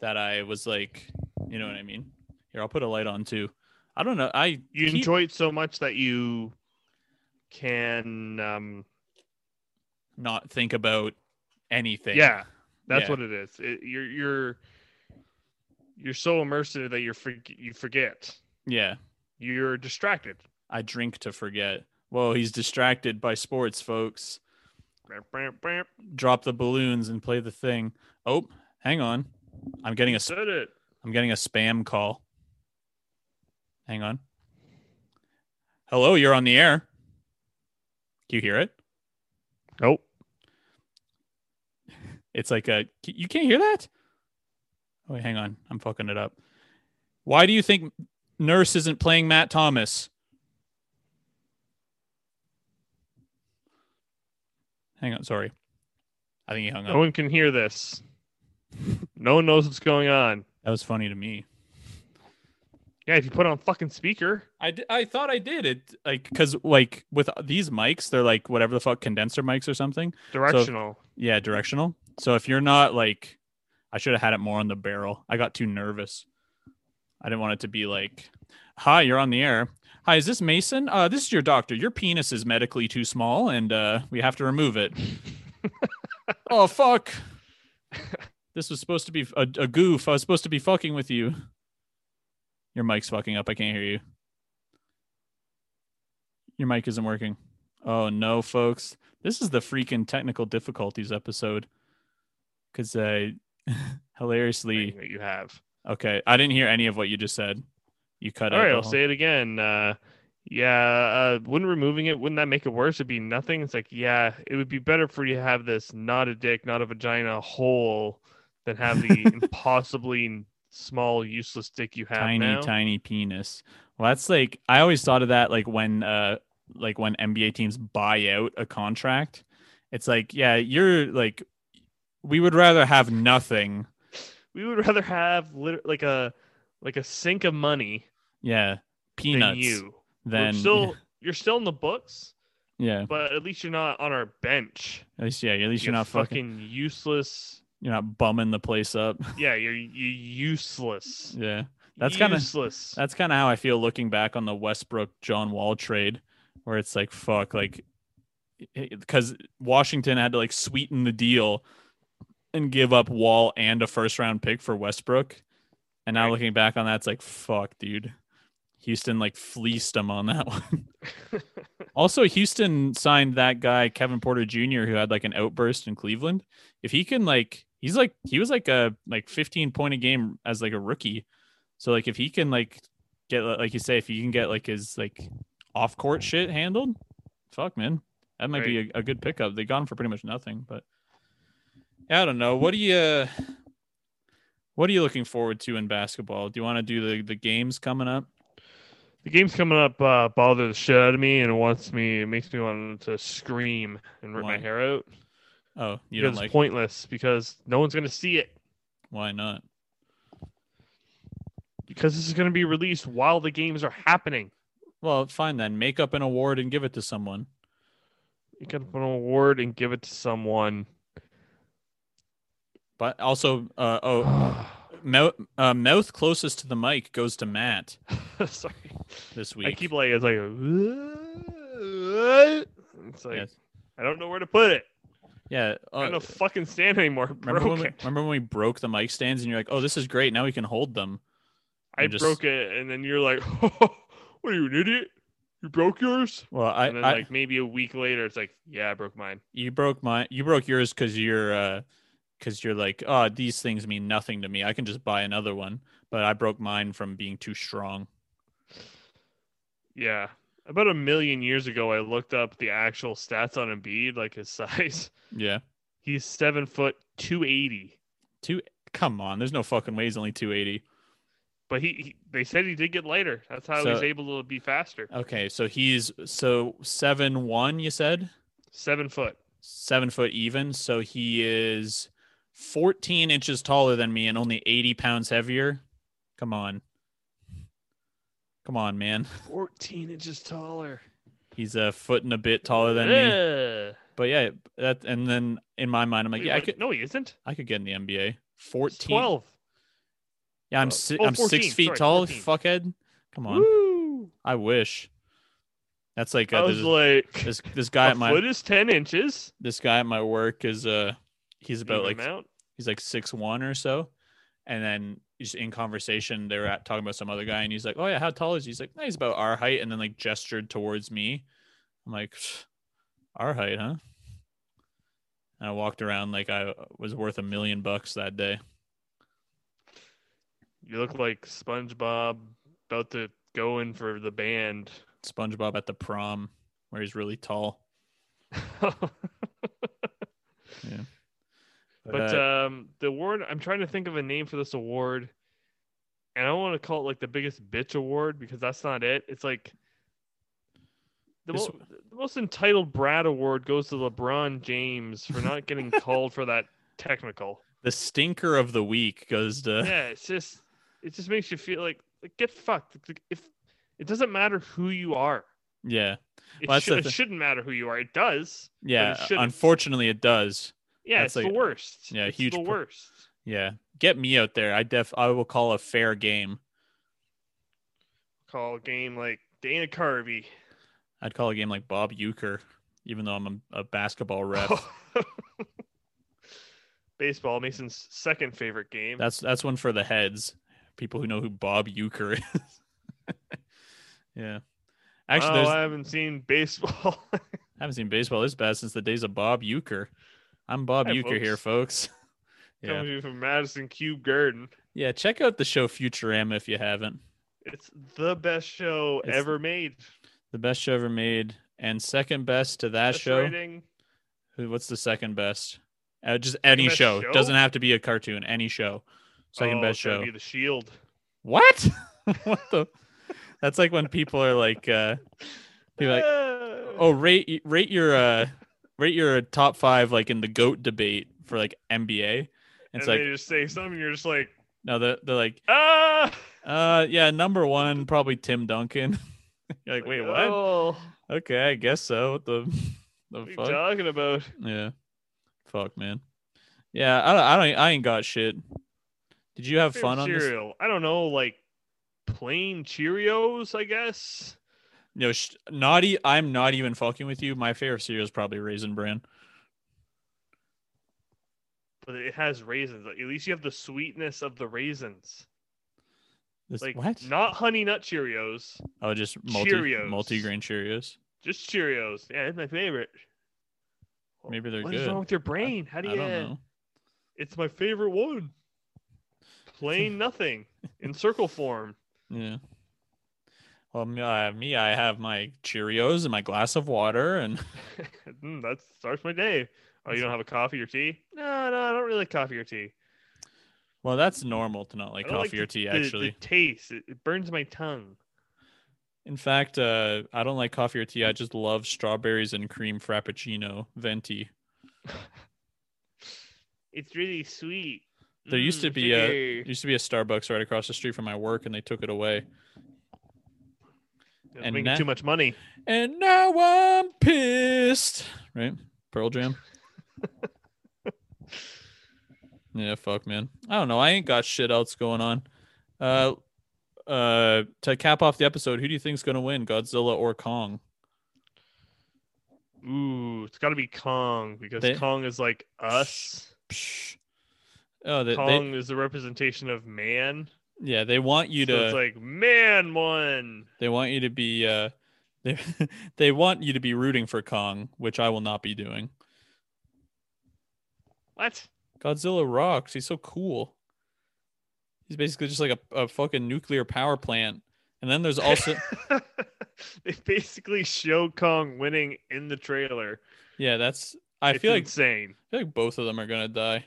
Speaker 1: that I was like, you know what I mean? Here, I'll put a light on too. I don't know. I
Speaker 2: You
Speaker 1: keep-
Speaker 2: enjoy it so much that you can um
Speaker 1: not think about anything.
Speaker 2: yeah, that's
Speaker 1: Yeah.
Speaker 2: what it is. It, you're you're you're so immersed in it that you're forg you forget.
Speaker 1: Yeah.
Speaker 2: You're distracted.
Speaker 1: I drink to forget. Whoa, he's distracted by sports, folks. Drop the balloons and play the thing. Oh, hang on. I'm getting a sp-
Speaker 2: Said it.
Speaker 1: I'm getting a spam call. Hang on. Hello, you're on the air. Do you hear it?
Speaker 2: Nope.
Speaker 1: It's like a you can't hear that. Oh, wait, hang on, I'm fucking it up. Why do you think Nurse isn't playing Matt Thomas? Hang on, sorry. I think he hung
Speaker 2: No
Speaker 1: up.
Speaker 2: one can hear this. No one knows what's going on.
Speaker 1: That was funny to me.
Speaker 2: Yeah, if you put it on fucking speaker.
Speaker 1: I, d- I thought I did it like because like with these mics they're like whatever the fuck condenser mics or something
Speaker 2: Directional.
Speaker 1: yeah directional so if you're not like I should have had it more on the barrel I got too nervous I didn't want it to be like hi you're on the air hi is this Mason uh this is your doctor your penis is medically too small and uh we have to remove it oh fuck this was supposed to be a, a goof I was supposed to be fucking with you your mic's fucking up I can't hear you your mic isn't working. Oh no, folks. This is the freaking technical difficulties episode. Cause I hilariously
Speaker 2: thing that you have.
Speaker 1: okay. I didn't hear any of what you just said. You cut
Speaker 2: All
Speaker 1: out.
Speaker 2: right,
Speaker 1: the
Speaker 2: I'll
Speaker 1: whole-
Speaker 2: say it again. Uh, yeah, uh, wouldn't removing it, wouldn't that make it worse? It'd be nothing. It's like, yeah, it would be better for you to have this not a dick, not a vagina hole than have the impossibly small, useless dick you have
Speaker 1: tiny,
Speaker 2: now.
Speaker 1: tiny penis. Well, that's like I always thought of that like when uh like when NBA teams buy out a contract. It's like, yeah, you're like we would rather have nothing.
Speaker 2: We would rather have lit- like a like a sink of money
Speaker 1: Yeah.
Speaker 2: than
Speaker 1: Peanuts
Speaker 2: you. We're
Speaker 1: than
Speaker 2: still you're still in the books,
Speaker 1: yeah.
Speaker 2: but at least you're not on our bench.
Speaker 1: At least yeah, at least you're
Speaker 2: You
Speaker 1: not fucking
Speaker 2: fucking useless.
Speaker 1: you're not bumming the place up.
Speaker 2: Yeah, you're you useless.
Speaker 1: Yeah. That's kinda-
Speaker 2: useless.
Speaker 1: That's kind of how I feel looking back on the Westbrook John Wall trade, where it's like, fuck, like, because Washington had to like sweeten the deal and give up Wall and a first round pick for Westbrook. And now
Speaker 2: Right.
Speaker 1: looking back on that, it's like, fuck, dude. Houston like fleeced him on that one. also, Houston signed that guy, Kevin Porter Jr., who had like an outburst in Cleveland. If he can like he's like he was like a like 15 point a game as like a rookie. So like if he can like get like you say, if you can get like his like off court shit handled, fuck man. That might be a, a good pickup. They got him for pretty much nothing, but yeah, I don't know. What do you what are you looking forward to in basketball? Do you want to do the, the games coming up?
Speaker 2: The game's coming up uh, bothers the shit out of me and it wants me it makes me want to scream and rip
Speaker 1: Why?
Speaker 2: my hair out.
Speaker 1: Oh, you
Speaker 2: because
Speaker 1: don't
Speaker 2: it's
Speaker 1: like
Speaker 2: pointless because no one's gonna see it.
Speaker 1: why not?
Speaker 2: Because this is gonna be released while the games are happening.
Speaker 1: Well, fine then. Make up an award and give it to someone.
Speaker 2: You can put an award and give it to someone.
Speaker 1: But also, uh, oh,
Speaker 2: Sorry.
Speaker 1: mouth, uh, mouth closest to the mic goes to Matt this week.
Speaker 2: I keep like it's like "What?" it's like
Speaker 1: Yes.
Speaker 2: I don't know where to put it.
Speaker 1: yeah.
Speaker 2: I
Speaker 1: Uh,
Speaker 2: don't know fucking stand anymore.
Speaker 1: remember
Speaker 2: broke
Speaker 1: when, we,
Speaker 2: it.
Speaker 1: remember when we broke the mic stands and you're like, oh, this is great. Now we can hold them.
Speaker 2: I
Speaker 1: and just-
Speaker 2: broke it and then you're like, what are you an idiot? You broke yours?
Speaker 1: Well, I,
Speaker 2: and then
Speaker 1: I
Speaker 2: like maybe a week later it's like yeah i broke mine
Speaker 1: you broke my you broke yours because you're uh because you're like, oh, these things mean nothing to me. I can just buy another one. But I broke mine from being too strong.
Speaker 2: yeah about a million years ago i looked up the actual stats on Embiid, like his size
Speaker 1: Yeah.
Speaker 2: he's seven foot 280
Speaker 1: Two. Come on. There's no fucking way he's only 280.
Speaker 2: but he, he they said he did get lighter that's how
Speaker 1: So-
Speaker 2: he's able to be faster
Speaker 1: Okay, so he's so seven one. You said
Speaker 2: seven foot
Speaker 1: seven foot even. So he is fourteen inches taller than me and only eighty pounds heavier. Come on, come on, man.
Speaker 2: 14 inches taller
Speaker 1: He's a foot and a bit taller than me.
Speaker 2: yeah
Speaker 1: But yeah, that and then in my mind, I'm like, yeah, I could,
Speaker 2: no he isn't
Speaker 1: I could get in the NBA.
Speaker 2: He's
Speaker 1: Fourteen.
Speaker 2: 12
Speaker 1: Yeah, I'm
Speaker 2: Oh,
Speaker 1: si-
Speaker 2: oh,
Speaker 1: I'm six
Speaker 2: 14,
Speaker 1: feet
Speaker 2: sorry,
Speaker 1: tall.
Speaker 2: 14.
Speaker 1: Fuckhead. Come on.
Speaker 2: Woo!
Speaker 1: I wish. That's like
Speaker 2: i
Speaker 1: uh,
Speaker 2: was
Speaker 1: this,
Speaker 2: like
Speaker 1: this this guy
Speaker 2: a
Speaker 1: at my
Speaker 2: foot is 10 inches
Speaker 1: this guy at my work is uh he's about
Speaker 2: Even
Speaker 1: like
Speaker 2: amount.
Speaker 1: he's like six one or so and then just in conversation they were at, talking about some other guy and he's like oh yeah how tall is he he's like "Eh, he's about our height and then like gestured towards me I'm like, our height, huh? And I walked around like I was worth a million bucks that day.
Speaker 2: You look like SpongeBob about to go in for the band.
Speaker 1: SpongeBob at the prom, where he's really tall.
Speaker 2: But
Speaker 1: uh,
Speaker 2: um, the award, I'm trying to think of a name for this award, and I don't want to call it like the biggest bitch award because that's not it. It's like the,
Speaker 1: This-
Speaker 2: mo- the most entitled Brad award goes to LeBron James for not getting called for that technical.
Speaker 1: the stinker of the week goes to
Speaker 2: Yeah, it's just it just makes you feel like, like, get fucked. Like, If it doesn't matter who you are,
Speaker 1: yeah,
Speaker 2: it,
Speaker 1: Well, that's
Speaker 2: shou-
Speaker 1: the
Speaker 2: it
Speaker 1: thi-
Speaker 2: shouldn't matter who you are. It does.
Speaker 1: yeah.
Speaker 2: it shouldn't.
Speaker 1: unfortunately, it does.
Speaker 2: Yeah,
Speaker 1: That's
Speaker 2: it's
Speaker 1: like-
Speaker 2: the worst.
Speaker 1: yeah,
Speaker 2: It's
Speaker 1: huge
Speaker 2: The
Speaker 1: pro-
Speaker 2: worst.
Speaker 1: Yeah, get me out there. I def I will call a fair game.
Speaker 2: Call a game like Dana Carvey.
Speaker 1: I'd call a game like Bob Euchre, even though I'm a, a basketball ref.
Speaker 2: Baseball, Mason's second favorite game.
Speaker 1: That's that's one for the heads, people who know who Bob Euchre is. yeah, actually,
Speaker 2: oh,
Speaker 1: there's,
Speaker 2: I haven't seen baseball.
Speaker 1: I haven't seen baseball this bad since the days of Bob Euchre. I'm Bob
Speaker 2: Hi,
Speaker 1: Euchre here, folks. yeah,
Speaker 2: Coming to you from Madison Cube Garden.
Speaker 1: yeah. Check out the show Futurama if you haven't.
Speaker 2: It's the best show
Speaker 1: It's-
Speaker 2: ever made.
Speaker 1: The best show ever made, and second best to that
Speaker 2: Best
Speaker 1: show.
Speaker 2: rating.
Speaker 1: Who- What's the second best? Uh, just any
Speaker 2: best
Speaker 1: show.
Speaker 2: show?
Speaker 1: Doesn't have to be a cartoon. Any show. Second
Speaker 2: Oh,
Speaker 1: best
Speaker 2: it's gotta
Speaker 1: show.
Speaker 2: Be the Shield.
Speaker 1: What? what the? That's like when people are like, uh, people are like,
Speaker 2: Ah.
Speaker 1: oh, rate rate your uh, rate your top five like in the goat debate for like NBA.
Speaker 2: and
Speaker 1: It's
Speaker 2: they
Speaker 1: like
Speaker 2: just say something. You're just like,
Speaker 1: no, they're, they're like,
Speaker 2: ah.
Speaker 1: uh, yeah, number one probably Tim Duncan. You're like, wait, what?
Speaker 2: Oh,
Speaker 1: Okay, I guess so. What the, the
Speaker 2: what are you
Speaker 1: fuck?
Speaker 2: talking about?
Speaker 1: Yeah. Fuck, man. Yeah, I don't, I don't, I ain't got shit. Did you have fun on this?
Speaker 2: cereal. I don't know, like plain Cheerios, I guess.
Speaker 1: No, sh- naughty. I'm not even fucking with you. My favorite cereal is probably Raisin Bran.
Speaker 2: but it has raisins. Like, at least you have the sweetness of the raisins.
Speaker 1: This,
Speaker 2: Like
Speaker 1: what?
Speaker 2: not honey nut Cheerios,
Speaker 1: oh, just multi
Speaker 2: Cheerios.
Speaker 1: multi-grain Cheerios.
Speaker 2: just Cheerios. Yeah, it's my favorite.
Speaker 1: Maybe they're
Speaker 2: What
Speaker 1: good.
Speaker 2: is wrong with your brain? How do
Speaker 1: I
Speaker 2: you?
Speaker 1: don't know.
Speaker 2: It's my favorite one. Plain nothing in circle form.
Speaker 1: Yeah. Well, me, I, me, I have my Cheerios and my glass of water, and
Speaker 2: Mm, that starts my day. Oh, you don't have a coffee or tea? No, no, I don't really like coffee or tea.
Speaker 1: well, that's normal to not like
Speaker 2: I don't
Speaker 1: coffee
Speaker 2: like
Speaker 1: or tea.
Speaker 2: the,
Speaker 1: Actually,
Speaker 2: the taste it, it burns my tongue.
Speaker 1: in fact, uh, I don't like coffee or tea. I just love strawberries and cream frappuccino venti.
Speaker 2: It's really sweet.
Speaker 1: There used to
Speaker 2: Mm,
Speaker 1: be a-
Speaker 2: sugar.
Speaker 1: There used to be a Starbucks right across the street from my work, and they took it away.
Speaker 2: It's
Speaker 1: and
Speaker 2: making
Speaker 1: that-
Speaker 2: too much money.
Speaker 1: And now I'm pissed. Right? Pearl Jam. yeah, fuck, man. I don't know. I ain't got shit else going on. Uh, uh, to cap off the episode, who do you think's gonna win, Godzilla or Kong?
Speaker 2: Ooh, it's got to be Kong because
Speaker 1: They-
Speaker 2: Kong is like us.
Speaker 1: Psh. Oh, they, they
Speaker 2: Kong is the representation of man.
Speaker 1: yeah, they want you
Speaker 2: so
Speaker 1: to
Speaker 2: it's like man won.
Speaker 1: they want you to be uh they they want you to be rooting for Kong, which I will not be doing.
Speaker 2: What?
Speaker 1: Godzilla rocks. He's so cool. He's basically just like a, a fucking nuclear power plant. And then there's also
Speaker 2: they basically show Kong winning in the trailer.
Speaker 1: yeah, that's I
Speaker 2: It's
Speaker 1: feel like
Speaker 2: insane.
Speaker 1: I feel like both of them are gonna die.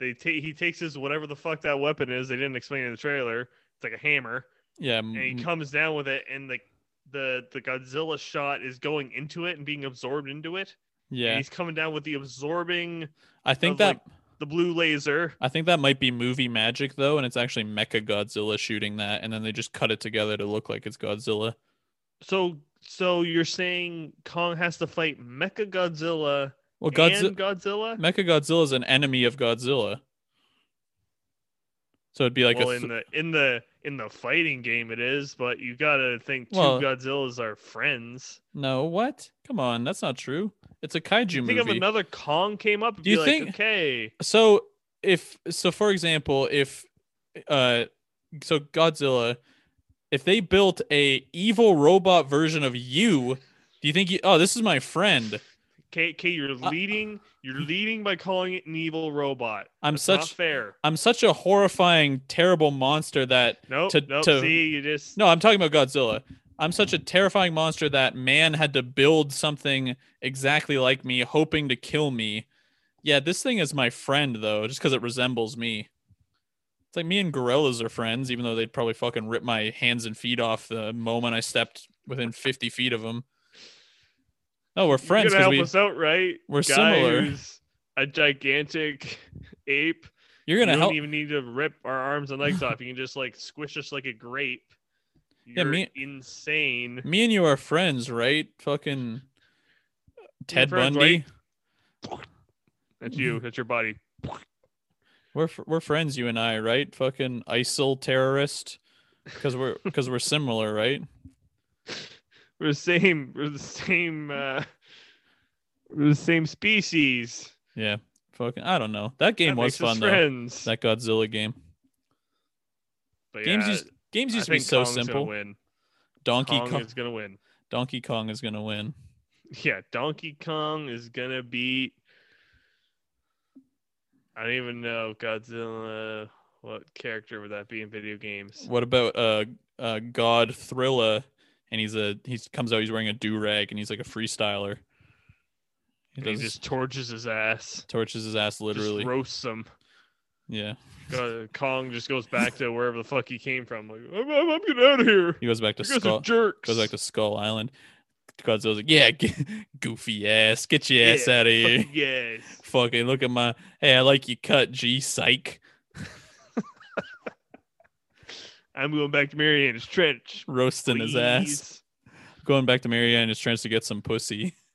Speaker 2: They take he takes his whatever the fuck that weapon is. They didn't explain in the trailer. It's like a hammer,
Speaker 1: Yeah,
Speaker 2: and he
Speaker 1: m-
Speaker 2: comes down with it, and like the the Godzilla shot is going into it and being absorbed into it. And
Speaker 1: yeah.
Speaker 2: he's coming down with the absorbing
Speaker 1: I think
Speaker 2: sounds
Speaker 1: that
Speaker 2: like- the blue laser.
Speaker 1: I think that might be movie magic though, and it's actually Mecha Godzilla shooting that, and then they just cut it together to look like it's Godzilla.
Speaker 2: So so you're saying Kong has to fight Mecha Godzilla
Speaker 1: Well, Godzilla
Speaker 2: and Godzilla?
Speaker 1: Mecha Godzilla is an enemy of Godzilla, so it'd be like
Speaker 2: well,
Speaker 1: a
Speaker 2: in
Speaker 1: th-
Speaker 2: the in the in the fighting game it is, but you gotta think two
Speaker 1: Well-
Speaker 2: Godzillas are friends.
Speaker 1: no what? Come on, that's not true. It's a kaiju
Speaker 2: You
Speaker 1: movie.
Speaker 2: think if another Kong came up,
Speaker 1: Do
Speaker 2: be
Speaker 1: you
Speaker 2: like,
Speaker 1: think-
Speaker 2: okay,
Speaker 1: so if so for example if uh so godzilla if they built a evil robot version of you Do you think? He, oh, this is my friend.
Speaker 2: Kate, Kate, you're
Speaker 1: Uh,
Speaker 2: leading. You're leading by calling it an evil robot.
Speaker 1: I'm
Speaker 2: That's not
Speaker 1: such
Speaker 2: fair.
Speaker 1: I'm such a horrifying, terrible monster that
Speaker 2: Nope.
Speaker 1: to-
Speaker 2: nope.
Speaker 1: to-
Speaker 2: see, you just
Speaker 1: No, I'm talking about Godzilla. I'm such a terrifying monster that man had to build something exactly like me, hoping to kill me. Yeah, this thing is my friend though, just because it resembles me. It's like me and gorillas are friends, even though they'd probably fucking rip my hands and feet off the moment I stepped within 50 feet of them. No, we're
Speaker 2: you're
Speaker 1: friends
Speaker 2: gonna
Speaker 1: because
Speaker 2: help
Speaker 1: we,
Speaker 2: us out, right?
Speaker 1: we're
Speaker 2: Guy
Speaker 1: similar.
Speaker 2: who's a gigantic ape.
Speaker 1: You're gonna
Speaker 2: you
Speaker 1: help.
Speaker 2: don't even need to rip our arms and legs off. You can just like squish us like a grape.
Speaker 1: Yeah,
Speaker 2: You're
Speaker 1: me-
Speaker 2: insane.
Speaker 1: Me and you are friends, right? Fucking Ted
Speaker 2: friends,
Speaker 1: Bundy.
Speaker 2: right? That's you. That's your body.
Speaker 1: We're fr- we're friends, you and I, right? Fucking ISIL terrorist, because we're because we're similar, right?
Speaker 2: We're the same. We're the same. Uh, we're the same species.
Speaker 1: Yeah. Fucking, I don't know. That game
Speaker 2: That
Speaker 1: was
Speaker 2: makes us
Speaker 1: fun though.
Speaker 2: Friends.
Speaker 1: That Godzilla game.
Speaker 2: But
Speaker 1: games
Speaker 2: yeah,
Speaker 1: used games
Speaker 2: I
Speaker 1: used to be
Speaker 2: think
Speaker 1: so
Speaker 2: Kong's gonna
Speaker 1: simple.
Speaker 2: Win.
Speaker 1: Donkey
Speaker 2: Kong,
Speaker 1: Kong,
Speaker 2: is gonna win.
Speaker 1: Donkey Kong is gonna win.
Speaker 2: Yeah, Donkey Kong is gonna beat. I don't even know Godzilla. What character would that be in video games?
Speaker 1: What about uh uh God Thrilla? And he's a he comes out. He's wearing a do rag and he's like a freestyler. He
Speaker 2: And he
Speaker 1: does,
Speaker 2: just tortures his ass.
Speaker 1: torches his ass literally.
Speaker 2: Just roasts him.
Speaker 1: yeah.
Speaker 2: God, Kong just goes back to wherever the fuck he came from. Like, I'm, I'm, I'm getting out of here.
Speaker 1: He goes back to
Speaker 2: You guys
Speaker 1: Skull.
Speaker 2: are jerks.
Speaker 1: Goes back to Skull Island. Godzilla's like, yeah, get, goofy ass, get your ass
Speaker 2: Yeah,
Speaker 1: out of here.
Speaker 2: Fuck yes.
Speaker 1: Fucking look at my, hey, I like you cut, G, psych.
Speaker 2: I'm going back to Mariana's Trench.
Speaker 1: Roasting his ass. Going back to Marianne is trying to get some pussy.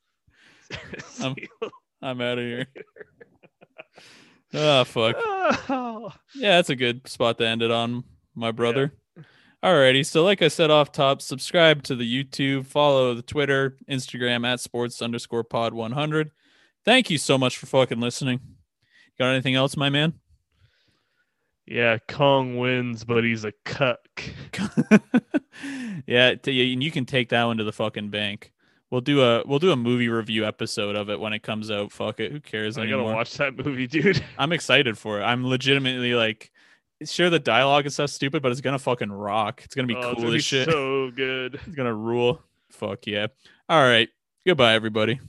Speaker 2: please.
Speaker 1: Um, I'm out of here. oh, fuck.
Speaker 2: Oh.
Speaker 1: Yeah, that's a good spot to end it on, my brother. Alrighty, so like I said off top, subscribe to the YouTube, follow the Twitter, Instagram at sports underscore pod 100. Thank you so much for fucking listening. Got anything else, my man?
Speaker 2: Yeah, Kong wins, but he's a cuck.
Speaker 1: yeah, t- yeah, and you can take that one to the fucking bank. We'll do a we'll do a movie review episode of it when it comes out. Fuck it, who cares
Speaker 2: I
Speaker 1: anymore?
Speaker 2: gotta watch that movie, dude.
Speaker 1: I'm excited for it. I'm legitimately like, sure the dialogue and stuff's stupid, but it's gonna fucking rock. It's gonna be
Speaker 2: Oh, it's
Speaker 1: cool
Speaker 2: gonna
Speaker 1: as
Speaker 2: be
Speaker 1: shit.
Speaker 2: So good.
Speaker 1: It's gonna rule. Fuck yeah. All right. Goodbye, everybody.